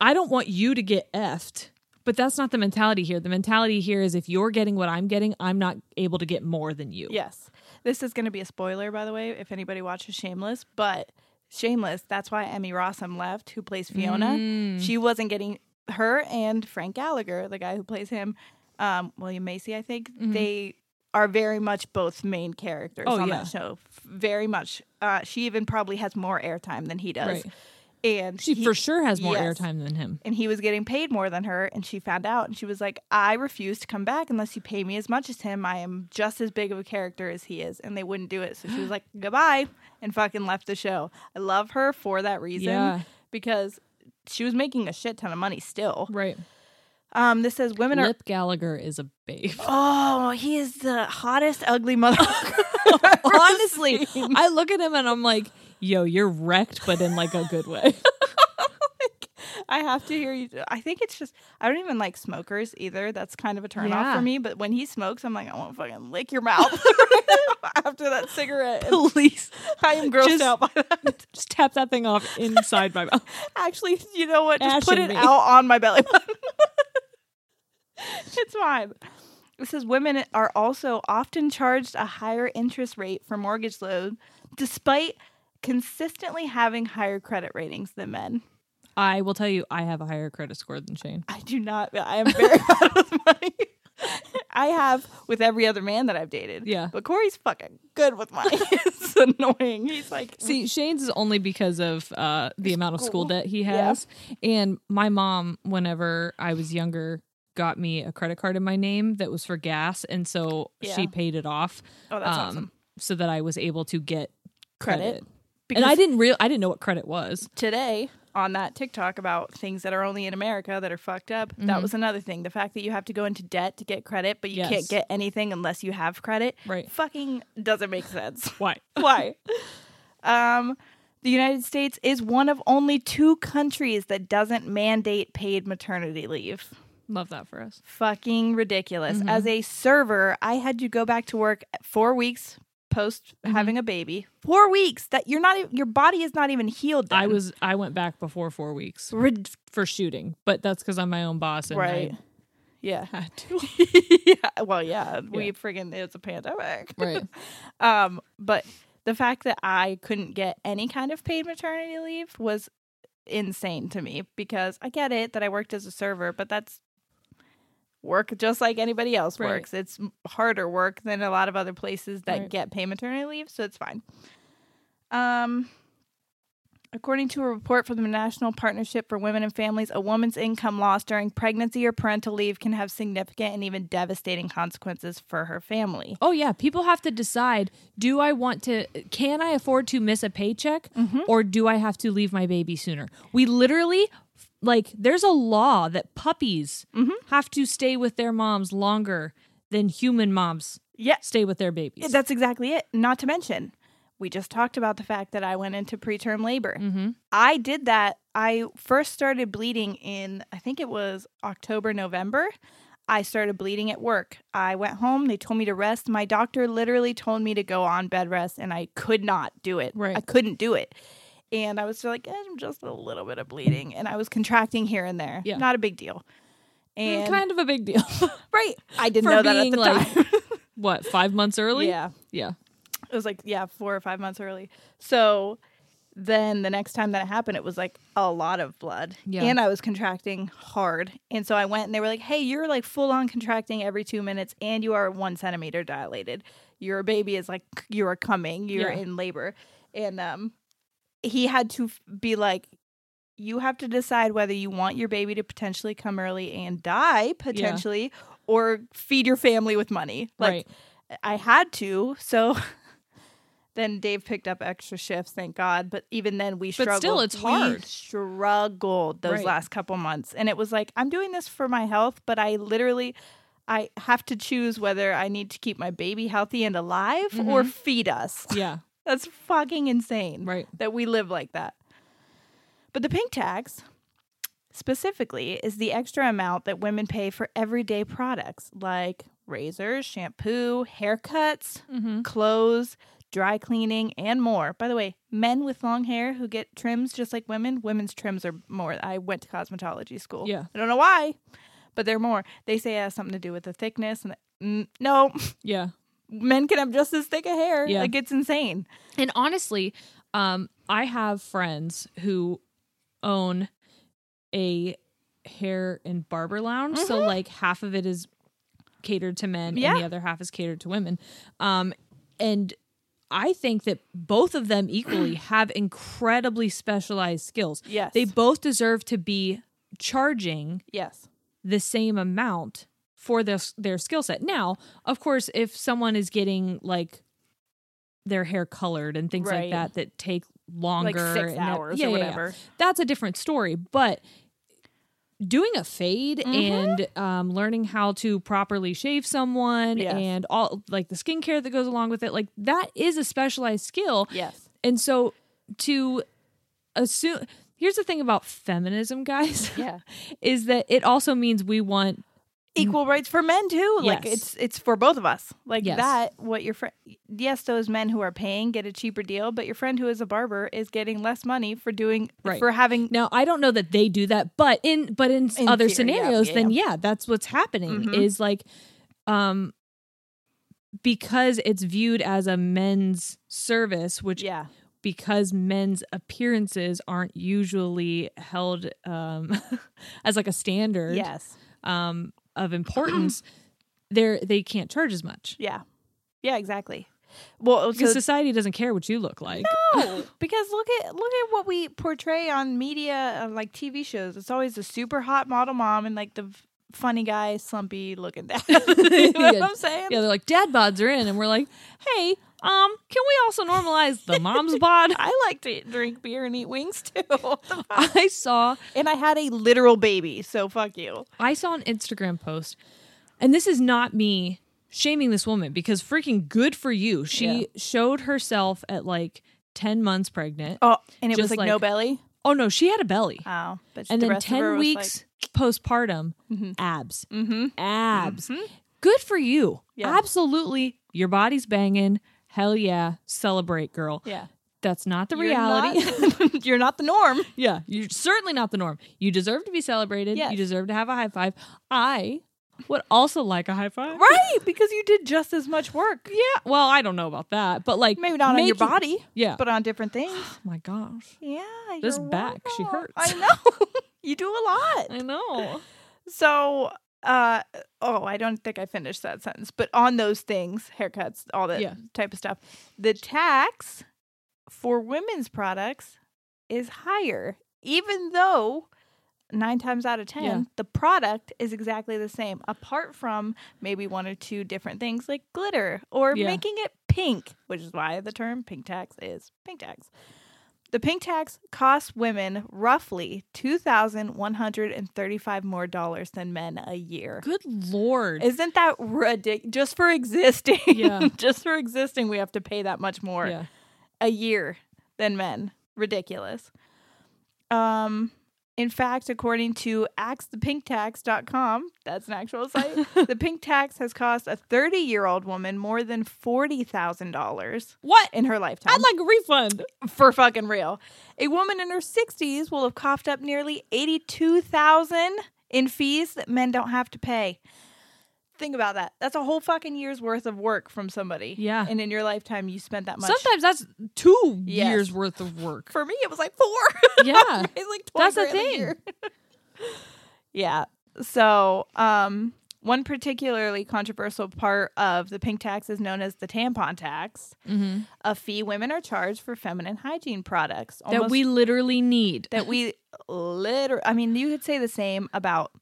I don't want you to get effed. But that's not the mentality here. The mentality here is if you're getting what I'm getting, I'm not able to get more than you. Yes. This is going to be a spoiler, by the way, if anybody watches Shameless, but Shameless, that's why Emmy Rossum left, who plays Fiona. Mm. She wasn't getting her and Frank Gallagher, the guy who plays him, um, William Macy, I think, Mm-hmm. Mhm. they are very much both main characters Oh, on yeah. that show. F- Very much. Uh, she even probably has more airtime than he does. Right. And She he- for sure has more Yes airtime than him. and he was getting paid more than her and she found out and she was like i refuse to come back unless you pay me as much as him i am just as big of a character as he is and they wouldn't do it so she was like goodbye and fucking left the show i love her for that reason Yeah. because she was making a shit ton of money still right um this says women are Lip Gallagher is a babe. oh he is the hottest ugly motherfucker Honestly, I look at him and I'm like, yo, you're wrecked, but in like a good way. I have to hear you. I think it's just I don't even like smokers either. That's kind of a turn off Yeah. for me. But when he smokes, I'm like, I want to fucking lick your mouth after that cigarette. Please, I am grossed Just- out by that. Just tap that thing off inside my mouth. Actually, you know what? Just put Ashing it me. out on my belly button. it's fine. It says women are also often charged a higher interest rate for mortgage loan, despite consistently having higher credit ratings than men. I will tell you, I have a higher credit score than Shane. I do not. I am very bad with money. I have with every other man that I've dated. Yeah. But Corey's fucking good with money. it's annoying. He's like, See, Shane's is only because of uh, the amount of school School. debt he Yeah. has. And my mom, whenever I was younger, got me a credit card in my name that was for gas. And so Yeah. she paid it off. um, Oh, that's awesome. So that I was able to get Credit? credit. Because- and I didn't real I didn't know what credit was. today on that TikTok about things that are only in America that are fucked up. That Mhm. was another thing. The fact that you have to go into debt to get credit, but you Yes. can't get anything unless you have credit. Right. Fucking doesn't make sense. Why? Why? Um the United States is one of only two countries that doesn't mandate paid maternity leave. Love that for us. Mm-hmm. Fucking ridiculous. Mhm. As a server, I had to go back to work at four weeks post Mm-hmm. having a baby. Four weeks that you're not e- your body is not even healed. Then. I was I went back before four weeks Rid- for shooting, but that's because I'm my own boss and Right. I yeah. had to. yeah. Well, yeah, we friggin' it's a pandemic, Right. um, but the fact that I couldn't get any kind of paid maternity leave was insane to me because I get it that I worked as a server, but that's work just like anybody else Right. works. It's m- harder work than a lot of other places that Right. get paid maternity leave, so it's fine. Um, According to a report from the National Partnership for Women and Families, a woman's income loss during pregnancy or parental leave can have significant and even devastating consequences for her family. Oh yeah, people have to decide: Do I want to? Can I afford to miss a paycheck, or do I have to leave my baby sooner? We literally, like, there's a law that puppies have to stay with their moms longer than human moms. Yeah. stay with their babies. That's exactly it. Not to mention, we just talked about the fact that I went into preterm labor. Mm-hmm. I did that. I first started bleeding in, I think it was October, November. I started bleeding at work. I went home. They told me to rest. My doctor literally told me to go on bed rest, and I could not do it. Right. I couldn't do it. And I was like, "Eh, I'm just a little bit of bleeding. And I was contracting here and there. Yeah. Not a big deal. Mm, And kind of a big deal. right. I didn't For know that at being, the like, time. what five months early? Yeah. yeah. It was like, yeah, four or five months early. So then the next time that it happened, it was like a lot of blood. Yeah. And I was contracting hard. And so I went and they were like, hey, you're like full on contracting every two minutes and you are one centimeter dilated. Your baby is like, you are coming, you're Yeah. in labor. And um, he had to f- be like, you have to decide whether you want your baby to potentially come early and die potentially or feed your family with money. Like I had to, so then Dave picked up extra shifts, thank God. But even then, we But struggled. still, it's We hard. struggled those Right. last couple months, and it was like I'm doing this for my health, but I literally, I have to choose whether I need to keep my baby healthy and alive or Mhm. feed us. Yeah. that's fucking insane. Right, that we live like that. But the pink tax specifically is the extra amount that women pay for everyday products like razors, shampoo, haircuts, Mm-hmm. clothes, dry cleaning, and more. By the way, men with long hair who get trims just like women, women's trims are more. I went to cosmetology school. Yeah. I don't know why, but they're more. They say it has something to do with the thickness and the, mm, no, yeah. men can have just as thick a hair. Yeah. Like it's insane. And honestly, um, I have friends who own a hair and barber lounge. So Mhm. like half of it is catered to men Yeah. and the other half is catered to women. Um, and I think that both of them equally have incredibly specialized skills. Yes. They both deserve to be charging Yes. the same amount for their their skill set. Now, of course, if someone is getting like their hair colored and things Right. like that that take longer, six and that- hours or whatever. that's a different story. But doing a fade Mm-hmm. and um, learning how to properly shave someone Yes. and all like the skincare that goes along with it, like that is a specialized skill. Yes. And so to assume here's the thing about feminism, guys. Yeah. is that it also means we want equal rights for men too. Like Mm. Yes. it's it's for both of us. Like Yes. that. What your friend? Yes, those men who are paying get a cheaper deal, but your friend who is a barber is getting less money for doing Right. for having. Now I don't know that they do that, but in but in, In other theory, yeah, scenarios, yeah, then yeah. yeah, that's what's happening. Mhm. Is like, um, because it's viewed as a men's service, which yeah, because men's appearances aren't usually held um as like a standard. Yes. Um, of importance, they're they can't charge as much. Yeah, yeah, exactly. Well, oh, Because so- society doesn't care what you look like. No, because look at look at what we portray on media, on like TV shows. It's always the super hot model mom and like the v- funny guy, slumpy looking dad. you know what Yeah. I'm saying? Yeah, they're like dad bods are in, and we're like, hey, um, can we also normalize the mom's bod? I like to drink beer and eat wings too. I saw, and I had a literal baby, so fuck you. I saw an Instagram post, and this is not me shaming this woman because freaking good for you. She Yeah. showed herself at like ten months pregnant. Oh, and it was just like, no belly. Oh no, she had a belly. Oh, but and the then rest of her ten was like- Mm-hmm. weeks postpartum, abs, abs. Good for you. Absolutely, your body's banging. Hell yeah, celebrate, girl. Yeah. That's not the You're reality. not- you're not the norm. yeah, you're certainly not the norm. You deserve to be celebrated. Yes. You deserve to have a high five. I would also like a high five. Right, because you did just as much work. Yeah. Well, I don't know about that, but like Maybe not on your making- body, Yeah. but on different things. oh my gosh, yeah, this you're back she hurts. I know. you do a lot. I know. So, uh, oh, I don't think I finished that sentence. But on those things, haircuts, all that Yeah. type of stuff, the tax for women's products is higher, even though nine times out of ten Yeah. the product is exactly the same, apart from maybe one or two different things like glitter or Yeah. making it pink, which is why the term pink tax is pink tax. The pink tax costs women roughly two thousand one hundred and thirty-five more dollars than men a year. Good lord. Isn't that ridiculous? Just for existing, Yeah. just for existing, we have to pay that much more Yeah. a year than men. Ridiculous. Um, in fact, according to axthepinktax.com, that's an actual site, the pink tax has cost a 30 year old woman more than $40,000. What? In her lifetime. I'd like a refund. For fucking real. A woman in her 60s will have coughed up nearly 82,000 in fees that men don't have to pay. Think about that. That's a whole fucking year's worth of work from somebody. Yeah. And in your lifetime you spent that much. Sometimes that's two Yes. years worth of work. For me it was like 4. Yeah. it's like 20 That's the grand a thing. year. Yeah. So, um, one particularly controversial part of the pink tax is known as the tampon tax, Mhm. a fee women are charged for feminine hygiene products. that we literally need. that we literally, I mean, you could say the same about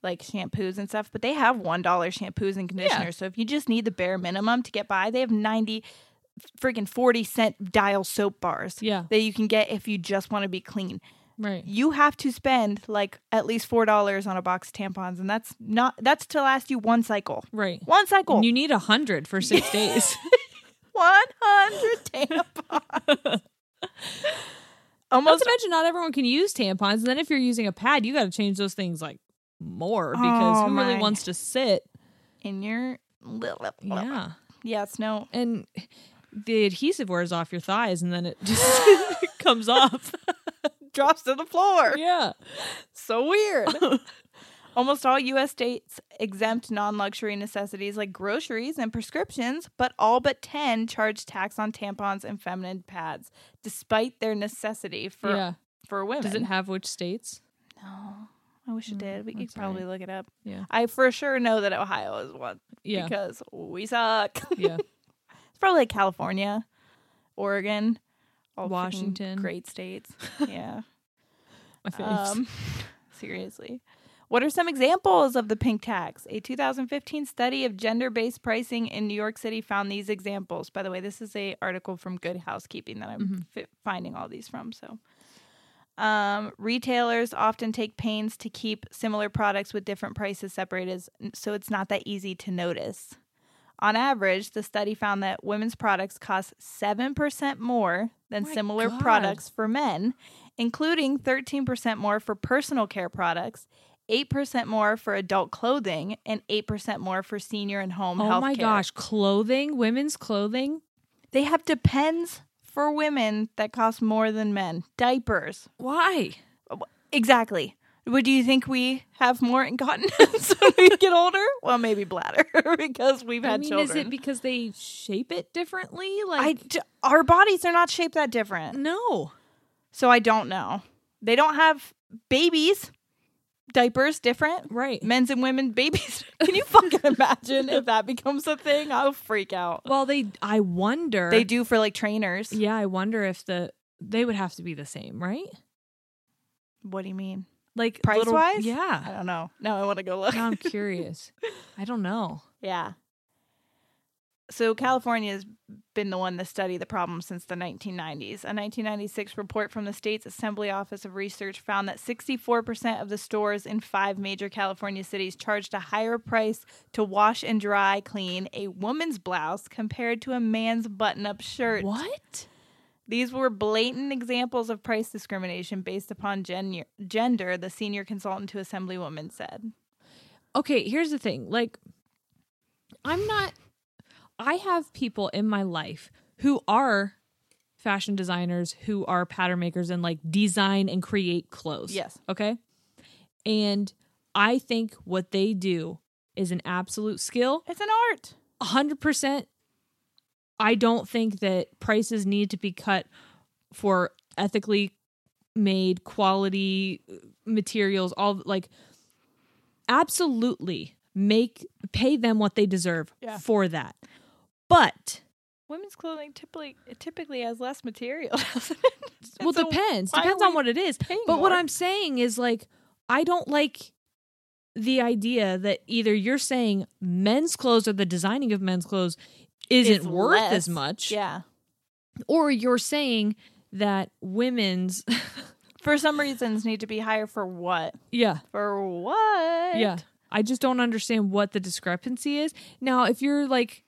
like shampoos and stuff, but they have one dollar shampoos and conditioners. So if you just need the bare minimum to get by, they have ninety freaking forty cent dial soap bars. Yeah. that you can get if you just want to be clean Right. you have to spend like at least four dollars on a box of tampons, and that's not that's to last you one cycle. Right. One cycle. And you need a hundred for six days. one hundred tampons. Almost Let's imagine not everyone can use tampons. And then if you're using a pad, you got to change those things like more because Oh, who really my. wants to sit? in your little Yeah. Yes, no. And the adhesive wears off your thighs and then it just comes off. Drops to the floor. Yeah. So weird. Almost all US states exempt non-luxury necessities like groceries and prescriptions, but all but 10 charge tax on tampons and feminine pads despite their necessity for Yeah. for women. Does it have which states? No, I wish it did. We could probably look it up. Yeah. I for sure know that Ohio is one. Yeah. Because we suck. Yeah. it's probably like California, Oregon, all freaking Washington. great states. Yeah. My faves. um, seriously. What are some examples of the pink tax? A 2015 study of gender-based pricing in New York City found these examples. By the way, this is a article from Good Housekeeping that I'm Mm-hmm. fi- finding all these from. So, um, retailers often take pains to keep similar products with different prices separated, s- so it's not that easy to notice. On average, the study found that women's products cost 7% more than My similar God. products for men, including 13% more for personal care products, 8% more for adult clothing, and 8% more for senior and home health oh my care. gosh. Clothing, women's clothing. They have depends for women that cost more than men. Diapers. Why? Exactly. Would you think we have more incontinence when we get older? Well, maybe bladder because we've had I mean, children. is it because they shape it differently? I Like, d- our bodies are not shaped that different. no. So I don't know. They don't have babies. Diapers different. Right. Men's and women babies. Can you fucking imagine if that becomes a thing? I'll freak out. Well, they, I wonder. They do for like trainers. Yeah, I wonder if the they would have to be the same, right? What do you mean? Like Price little- wise? I Yeah. don't know. Now I want to go look. Now I'm curious. I don't know. Yeah. So California has been the one that studied the problem since the 1990s. A 1996 report from the state's Assembly Office of Research found that 64% of the stores in five major California cities charged a higher price to wash and dry clean a woman's blouse compared to a man's button-up shirt. What? These were blatant examples of price discrimination based upon gen- gender, the senior consultant to Assemblywoman said. Okay, here's the thing. Like I'm not I have people in my life who are fashion designers, who are pattern makers and like design and create clothes. Yes. Okay. And I think what they do is an absolute skill. It's an art. 100%. I don't think that prices need to be cut for ethically made quality uh, materials, all like absolutely make pay them what they deserve Yeah. for that. But Women's clothing typically typically has less material. well, depends. why are Depends we on what it is. paying But what more? I'm saying is like I don't like the idea that either you're saying men's clothes or the designing of men's clothes isn't It's worth less. as much, Yeah. or you're saying that women's For some reasons, need to be higher for what? yeah For what? Yeah. I just don't understand what the discrepancy is. Now, if you're like,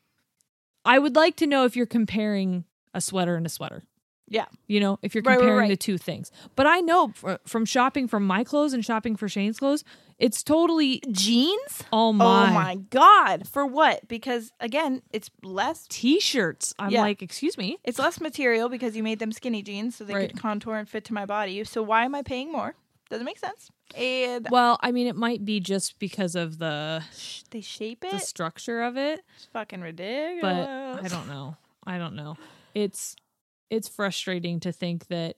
I would like to know if you're comparing a sweater and a sweater, Yeah. you know, if you're Right, right, comparing the right. two things. But I know fr- from shopping from my clothes and shopping for Shane's clothes, it's totally jeans. Oh Oh my. my god! For what? Because again, it's less T-shirts. I'm Yeah. like, excuse me. it's less material because you made them skinny jeans so they Right. could contour and fit to my body. So why am I paying more? Doesn't make sense. And Well, I mean, it might be just because of the they shape it. the structure of it. It's fucking ridiculous. but I don't know. I don't know. It's it's frustrating to think that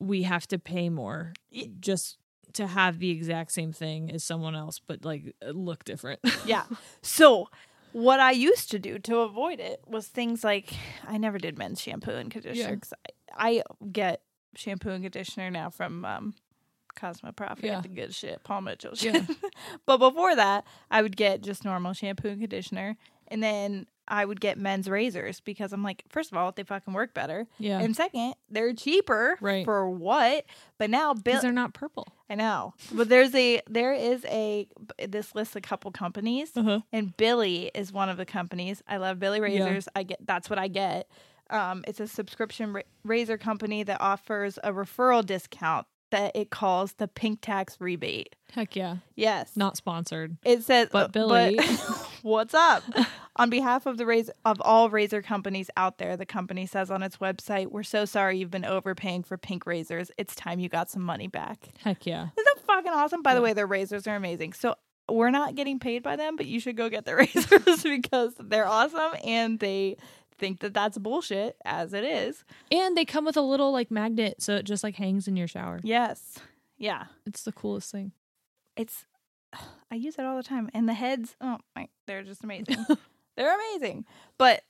we have to pay more just to have the exact same thing as someone else, but like look different. Yeah. So what I used to do to avoid it was things like I never did men's shampoo and conditioner. Yeah. 'cause I, I get shampoo and conditioner now from um, Cosmo Profit, Yeah. the good shit, Paul Mitchell shit. Yeah. but before that, I would get just normal shampoo and conditioner, and then I would get men's razors because I'm like, first of all, they fucking work better, Yeah. and second, they're cheaper, Right. For what? But now, Bill, Because they're not purple. I know, but there's a there is a this lists a couple companies, and Billy is one of the companies. I love Billy Uh-huh. Yeah. razors. I get that's what I get. Um, it's a subscription ra- razor company that offers a referral discount that it calls the pink tax rebate. Heck yeah. Yes, Not sponsored. it says, But uh, Billy- what's up? on behalf of the razor of all razor companies out there, the company says on its website, "We're so sorry you've been overpaying for pink razors. It's time you got some money back." Heck yeah. Isn't that fucking awesome? By the way, their razors are amazing. So we're not getting paid by them, but you should go get their razors because they're awesome and they think that that's bullshit as it is. And they come with a little like magnet so it just like hangs in your shower. Yes. Yeah. It's the coolest thing. It's I use it all the time and the heads, oh my, they're just amazing. they're amazing. But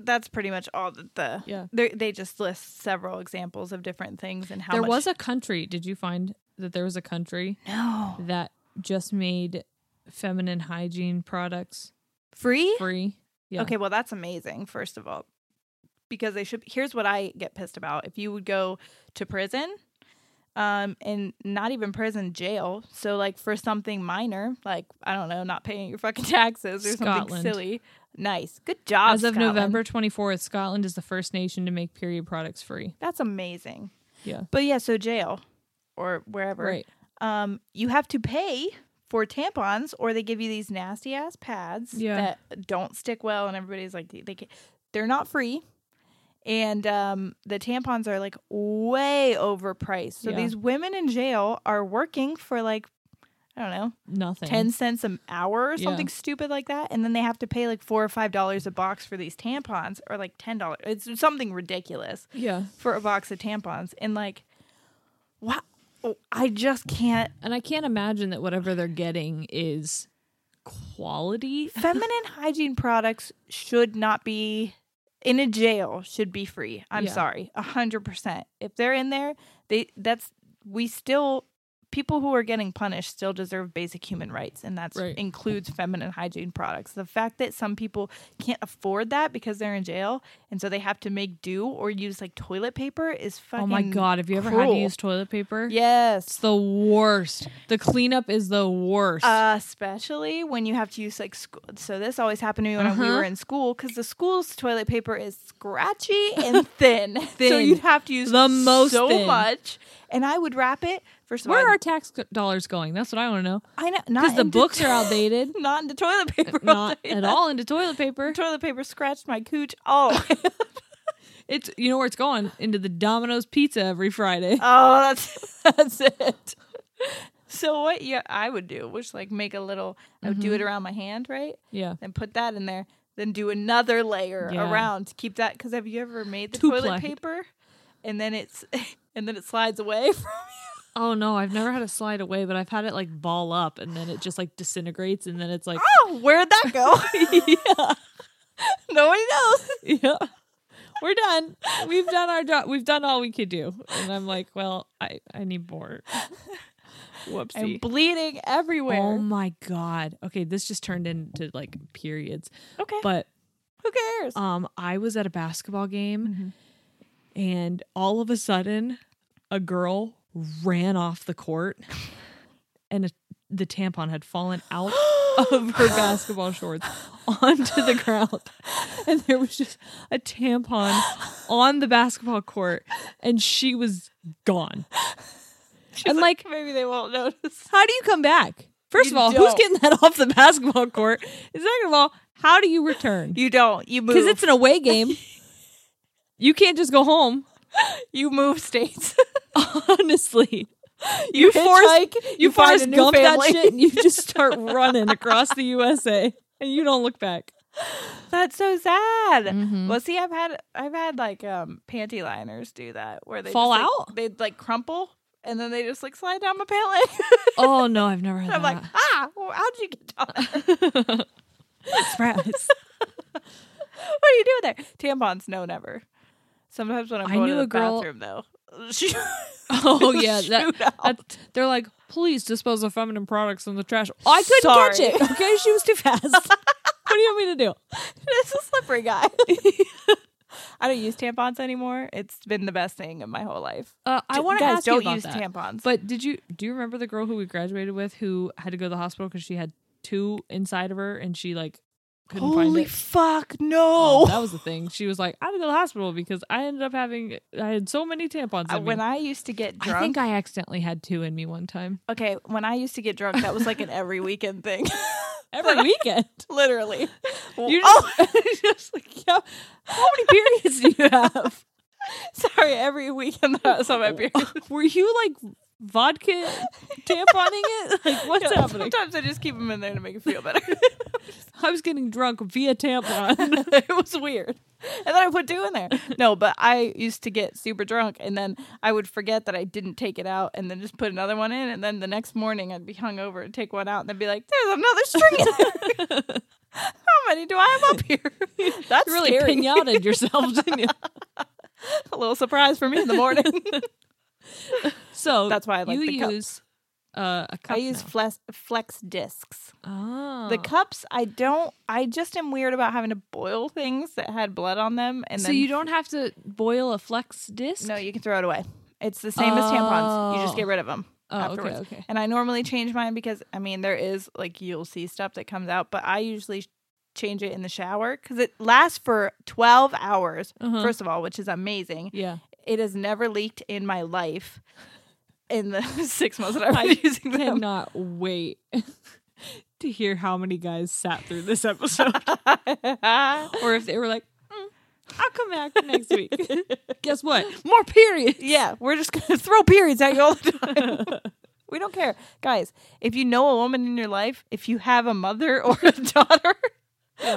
that's pretty much all that the Yeah. they they just list several examples of different things and how there much was a country. Did you find that there was a country no that just made feminine hygiene products free free? Yeah. Okay, well that's amazing. First of all, because they should. Here's what I get pissed about: if you would go to prison, um, and not even prison, jail. So like for something minor, like I don't know, not paying your fucking taxes or Scotland. something silly. Nice, good job. As of Scotland. November 24th, Scotland is the first nation to make period products free. that's amazing. Yeah. But yeah, so jail or wherever. Right. Um, you have to pay for tampons, or they give you these nasty ass pads Yeah. that don't stick well, and everybody's like, they can't. they're not free. And um, the tampons are like way overpriced. So Yeah. these women in jail are working for like, I don't know, Nothing. 10 cents an hour or Yeah. something stupid like that. And then they have to pay like four or five dollars a box for these tampons or like $10. It's something ridiculous Yeah. for a box of tampons and like wow oh, i just can't And I can't imagine that whatever they're getting is quality. feminine hygiene products should not be in a jail should be free i'm Yeah. sorry a 100% if they're in there they that's we still people who are getting punished still deserve basic human rights and that Right. includes feminine hygiene products the fact that some people can't afford that because they're in jail and so they have to make do or use like toilet paper is fucking Oh my god, have you ever had to cruel. use toilet paper? yes It's the worst. The cleanup is the worst. Uh, especially when you have to use like school. So this always happened to me when we Uh-huh. were in school because the school's toilet paper is scratchy and thin. So you'd have to use The most so thin. much, and I would wrap it. First of Where all, are our tax co- dollars going? That's what I want to know. I know because not the into- books are outdated. not into toilet paper, I'll Not tell you at that. all into toilet paper. Toilet paper scratched my cooch. Oh, It's you know where it's going into the Domino's pizza every Friday. Uh, oh, that's that's it. So what? Yeah, I would do was like make a little. I would do Mhm. it around my hand, right? Yeah. And put that in there. Then do another layer Yeah. around to keep that. Because have you ever made the Two-ply. toilet paper, and then it's and then it slides away from Oh no, I've never had it slide away, but I've had it like ball up and then it just like disintegrates and then it's like oh, where'd that go? Nobody knows. yeah. We're done. We've done our do- we've done all we could do. And I'm like, well, I I need more. Whoopsie. I'm bleeding everywhere. Oh my god. Okay, this just turned into like periods. Okay. But Who cares? um I was at a basketball game Mm-hmm. and all of a sudden a girl ran off the court and a, the tampon had fallen out of her basketball shorts onto the ground and there was just a tampon on the basketball court and she was gone and like, maybe they won't notice. how do you come back first You of all who's don't. getting that off the basketball court and second of all how do you return You don't. You move because it's an away game you can't just go home you move states. honestly You force hitchhike, you, you find force a new gump that family. shit and you just start running across the USA and you don't look back. That's so sad. Mm-hmm. Well, see, I've had I've had like um panty liners do that where they Fall just, like, out? They'd like crumple and then they just like slide down my pant leg. Oh no, I've never heard I'm like, that. ah, well, how'd you get down? there? Surprise. what are you doing there? Tampons, no, never. Sometimes when I'm I going knew to the a girl- bathroom, though. oh yeah, that, Shoot out. that- they're like, please dispose of feminine products in the trash. I couldn't catch Sorry. it. Okay, she was too fast. what do you want me to do? it's a slippery guy. I don't use tampons anymore. It's been the best thing of my whole life. Uh, I J- want to guys, ask you don't about use that. tampons. But did you do you remember the girl who we graduated with who had to go to the hospital because she had two inside of her and she like couldn't find Holy it? fuck, Oh, no. that was the thing. She was like, I had to go to the hospital because I ended up having I had so many tampons. I- In Uh, when me. I used to get drunk, I think I accidentally had two in me one time. okay, when I used to get drunk, that was like an every weekend thing. Every weekend. Literally. You oh, just, just like, yeah. How many periods do you have? sorry, every weekend that was on my period. Were you like vodka tamponing it? Like what's Yeah, happening? Sometimes I just keep them in there to make it feel better. I was getting drunk via tampon. it was weird. And then I put two in there. No, but I used to get super drunk and then I would forget that I didn't take it out and then just put another one in. And then the next morning I'd be hungover and take one out and then be like, there's another string in there. How many do I have up here? That's You really scary. pinataed yourself, didn't you? A little surprise for me in the morning. So That's why I like you the cups. use uh, a cup. I use now. flex, flex discs. oh. The cups, I don't. I just am weird about having to boil things that had blood on them, and so then you don't have to boil a flex disc. No, you can throw it away. It's the same as tampons. You just Oh. get rid of them. Oh, okay, afterwards. okay. And I normally change mine because I mean there is like you'll see stuff that comes out, but I usually sh- change it in the shower because it lasts for twelve hours. Uh-huh. First of all, which is amazing. Yeah. It has never leaked in my life in the six months that I've been using them. Cannot wait to hear how many guys sat through this episode, or if they were like, "Mm, "I'll come back next week." Guess what? More periods. Yeah, we're just gonna throw periods at you all the time. we don't care, guys. If you know a woman in your life, if you have a mother or a daughter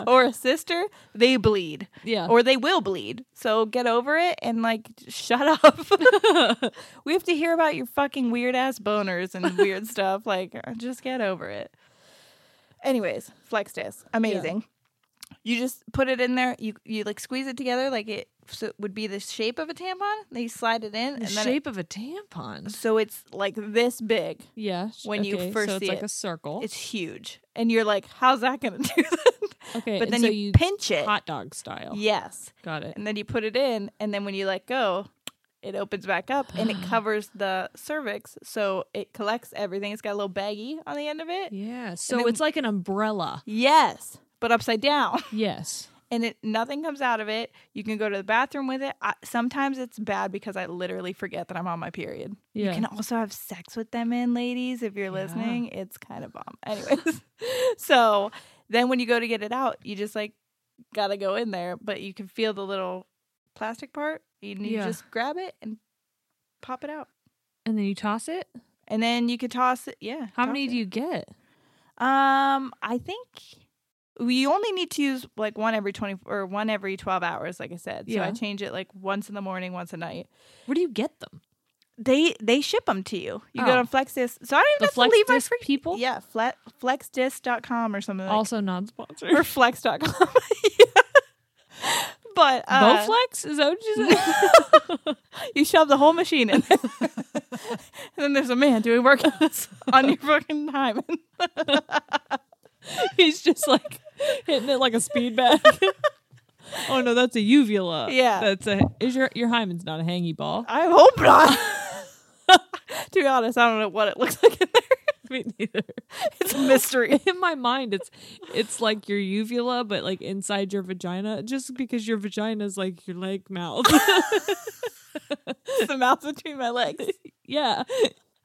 or a sister, they bleed. Yeah. or they will bleed. So get over it and like shut up. we have to hear about your fucking weird ass boners and weird stuff. Like, uh, just get over it. Anyways, flex disc, amazing. You just put it in there. You you like squeeze it together like it so it would be the shape of a tampon. Then you slide it in, The and then it- shape of a tampon. so it's like this big. Yeah. sh- When you okay, first so it's see like it, a circle. It's huge, and you're like, "How's that gonna do that?" okay, but and then so you, pinch it. hot dog style. Yes, Got it. and then you put it in, and then when you let go, it opens back up and it covers the cervix, so it collects everything. It's got a little baggie on the end of it. Yeah. So then- it's like an umbrella. Yes, but upside down. Yes. and it nothing comes out of it. You can go to the bathroom with it. I, sometimes it's bad because I literally forget that I'm on my period. Yeah. You can also have sex with them in, ladies, if you're listening. It's kind of bomb. Anyways, so then when you go to get it out, you just like gotta go in there, but you can feel the little plastic part. You, you Yeah. just grab it and pop it out. And then you toss it? And then you could toss it. Yeah. How many do you get? Um, I think we only need to use like one every 20 or one every 12 hours like I said. So Yeah. I change it like once in the morning, once a night. Where do you get them? They they ship them to you. You Oh. go to Flexdisc. So I don't even The have to leave my Flexdisc free people. Yeah, fle- flexdisc.com or something. Like Also non-sponsored. or flex.com. yeah. But uh, Bowflex? Is that what you said? you shove the whole machine in there. and then there's a man doing workouts on your fucking time. He's just like hitting it like a speed bag. oh no, that's a uvula. Yeah. that's a. Is your your hymen's not a hangy ball? I hope not. to be honest, I don't know what it looks like in there. Me neither. It's a mystery. In my mind, it's it's like your uvula, but like inside your vagina, just because your vagina is like your leg mouth. It's the mouth between my legs. yeah.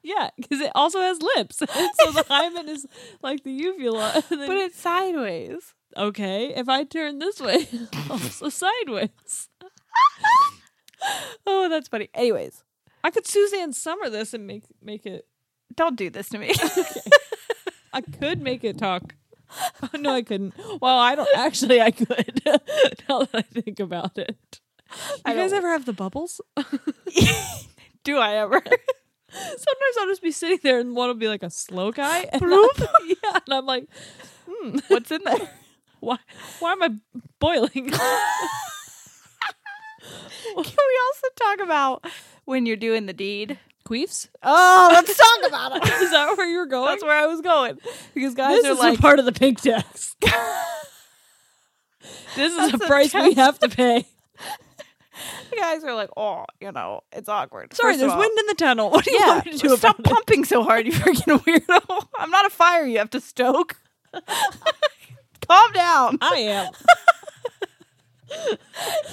Yeah, because it also has lips. So the hymen is like the uvula. and then- But it's sideways. okay, if I turn this way, also sideways. oh, that's funny. Anyways, I could Suzanne Summer this and make make it. Don't do this to me. I could make it talk. Oh, no, I couldn't. Well, I don't actually. I could. now that I think about it, you guys ever have the bubbles? Do I ever? Sometimes I'll just be sitting there and one will be like a slow guy. And I- yeah, and I'm like, hmm, what's in there? Why? Why am I boiling? Can we also talk about when you're doing the deed? Queefs? Oh, let's talk about it. Is that where you're going? That's where I was going. Because guys this are is like a part of the pink tax. this is a That's a price we tax. have to pay. guys are like, oh, you know, it's awkward. Sorry, First of there's all- wind in the tunnel. What do you yeah, want me to do stop about it? pumping so hard, you freaking weirdo. I'm not a fire you have to stoke. Calm down. I am.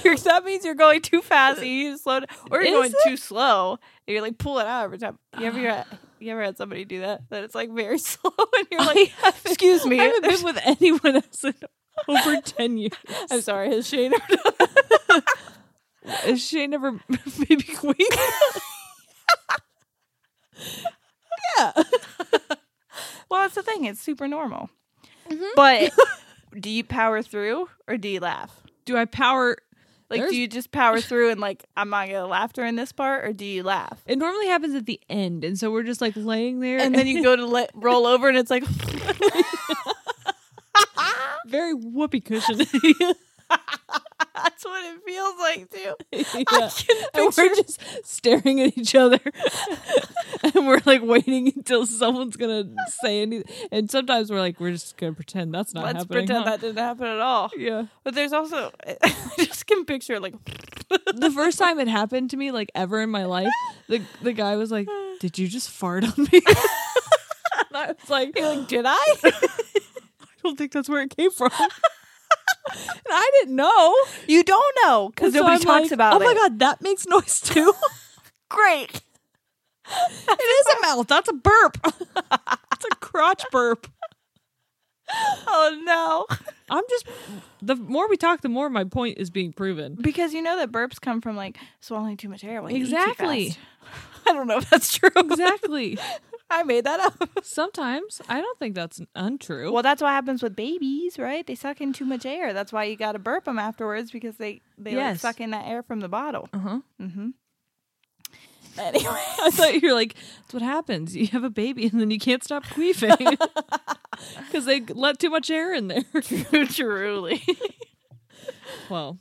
You're- that means you're going too fast. and You need to slow down, or you're Is going too slow. And you're like pull it out every time. You ever you ever had somebody do that? That it's like very slow, and you're like, "Excuse me, I haven't been with anyone else in over ten years. I'm sorry." Has Shane ever done Is she never baby queen? Well, that's the thing. It's super normal. Mm-hmm. But do you power through or do you laugh? Do I power? Like, There's- do you just power through and like I'm not gonna laugh during this part, or do you laugh? It normally happens at the end, and so we're just like laying there, And then you go to let roll over, and it's like very whoopee cushion. that's what it feels like too. Yeah. And we're just staring at each other. and we're like waiting until someone's going to say anything. And sometimes we're like, we're just going to pretend that's not Let's happening. pretend huh? that didn't happen at all. Yeah. But there's also I just can picture like the first time it happened to me, like ever in my life, the, the guy was like, Did you just fart on me? and I was like, you're like, did I? I don't think that's where it came from. and I didn't know. You don't know because And so nobody I'm talks like, about Oh my it. God, that makes noise too. Great. it is a mouth. That's a burp. That's a crotch burp. Oh no. I'm just the more we talk, the more my point is being proven. Because you know that burps come from like swallowing too much air when you eat Exactly. too fast. I don't know if that's true. Exactly. I made that up. Sometimes I don't think that's untrue. Well, that's what happens with babies, right? They suck in too much air. That's why you got to burp them afterwards because they they like Yes. suck in that air from the bottle. Uh huh. Mm-hmm. Anyway, I thought you were like, that's what happens. You have a baby and then you can't stop queefing because they let too much air in there. truly, well,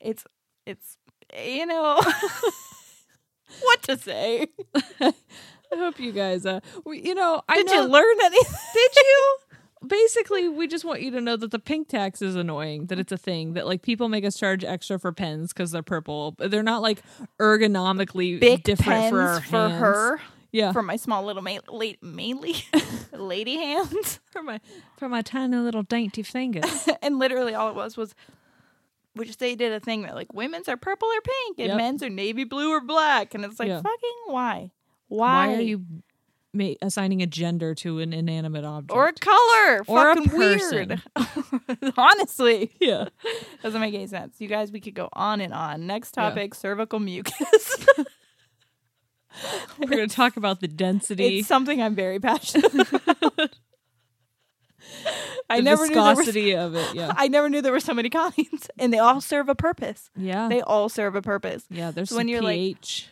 it's it's you know what to say. I hope you guys. Uh, we, you know, I Did you know- learn anything? Did you? Basically, we just want you to know that the pink tax is annoying, that it's a thing, that like people make us charge extra for pens because they're purple, but they're not like ergonomically Big different pens for our for hands. her. Yeah. for my small little ma- late mainly lady hands. For my for my tiny little dainty fingers. and literally all it was was which they did a thing that like women's are purple or pink and men's are navy blue or black, and it's like Yeah. fucking why, why, Why are you ma- assigning a gender to an inanimate object or color Or a fucking person. weird? Honestly, yeah, doesn't make any sense. You guys, we could go on and on. Next Yeah. topic: cervical mucus. We're going to talk about the density. It's something I'm very passionate about. I The never viscosity knew there of was, it, yeah. I never knew there were so many kinds, and they all serve a purpose. Yeah. they all serve a purpose. yeah, there's So when some you're like pH.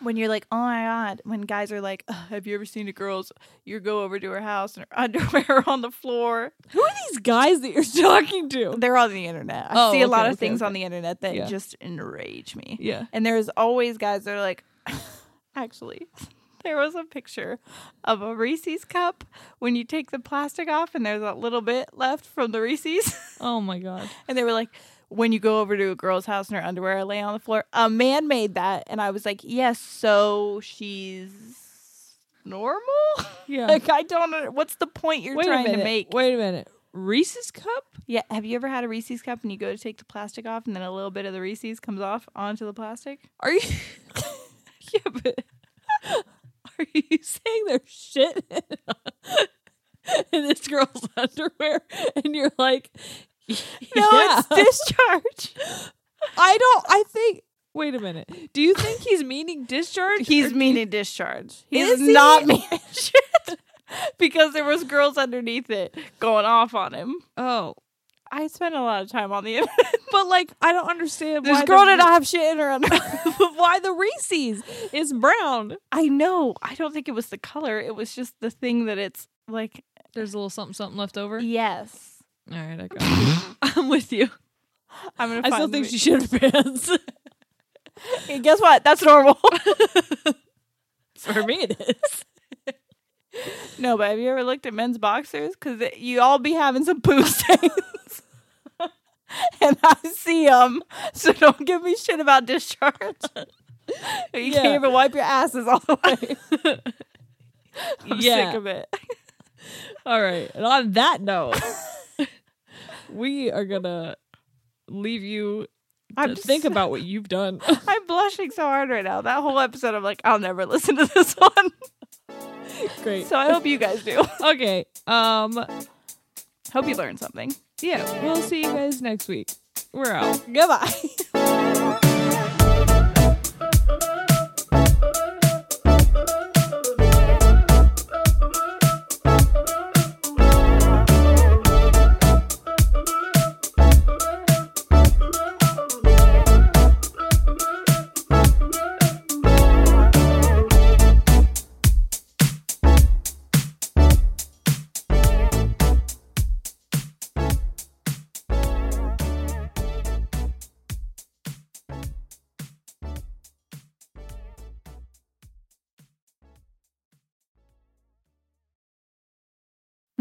when you're like, oh my god, when guys are like, "Ugh, have you ever seen a girl's? You go over to her house and her underwear on the floor. Who are these guys that you're talking to? They're on the internet. I Oh, see a lot okay, of okay, things okay. on the internet that Yeah. just enrage me. Yeah. and there's always guys that are like, actually. There was a picture of a Reese's cup when you take the plastic off and there's a little bit left from the Reese's. Oh my god. And they were like, when you go over to a girl's house and her underwear are laying on the floor, a man made that. And I was like, yes, so she's normal? Yeah. like, I don't know. What's the point you're Wait a trying minute. to make? Wait a minute. Reese's cup? Yeah. Have you ever had a Reese's cup and you go to take the plastic off and then a little bit of the Reese's comes off onto the plastic? Are you? yeah, but are you saying there's shit in, in this girl's underwear? And you're like, No, it's discharge. I don't. I think. Wait a minute. Do you think he's meaning discharge? He's meaning discharge. He's Is he? not meaning shit because there was girls underneath it going off on him. Oh, I spent a lot of time on the internet. but like, I don't understand. This why girl the- did not have shit in her underwear. why the Reese's is brown? I know. I don't think it was the color. It was just the thing that it's like. There's a little something something left over. Yes. All right, I got. You. I'm with you. I'm gonna. I still find think the- she should have pants. And guess what? That's normal. For me, it is. no, but have you ever looked at men's boxers? Because you all be having some poo stains, and I see them. So don't give me shit about discharge. you can't Yeah. even wipe your asses all the way. I'm Yeah. sick of it. All right. And on that note, we are going to leave you I'm to just- think about what you've done. I'm blushing so hard right now. That whole episode, I'm like, I'll never listen to this one. Great. So I hope you guys do. okay. Um Hope you learned something. yeah, we'll see you guys next week. We're out. Goodbye.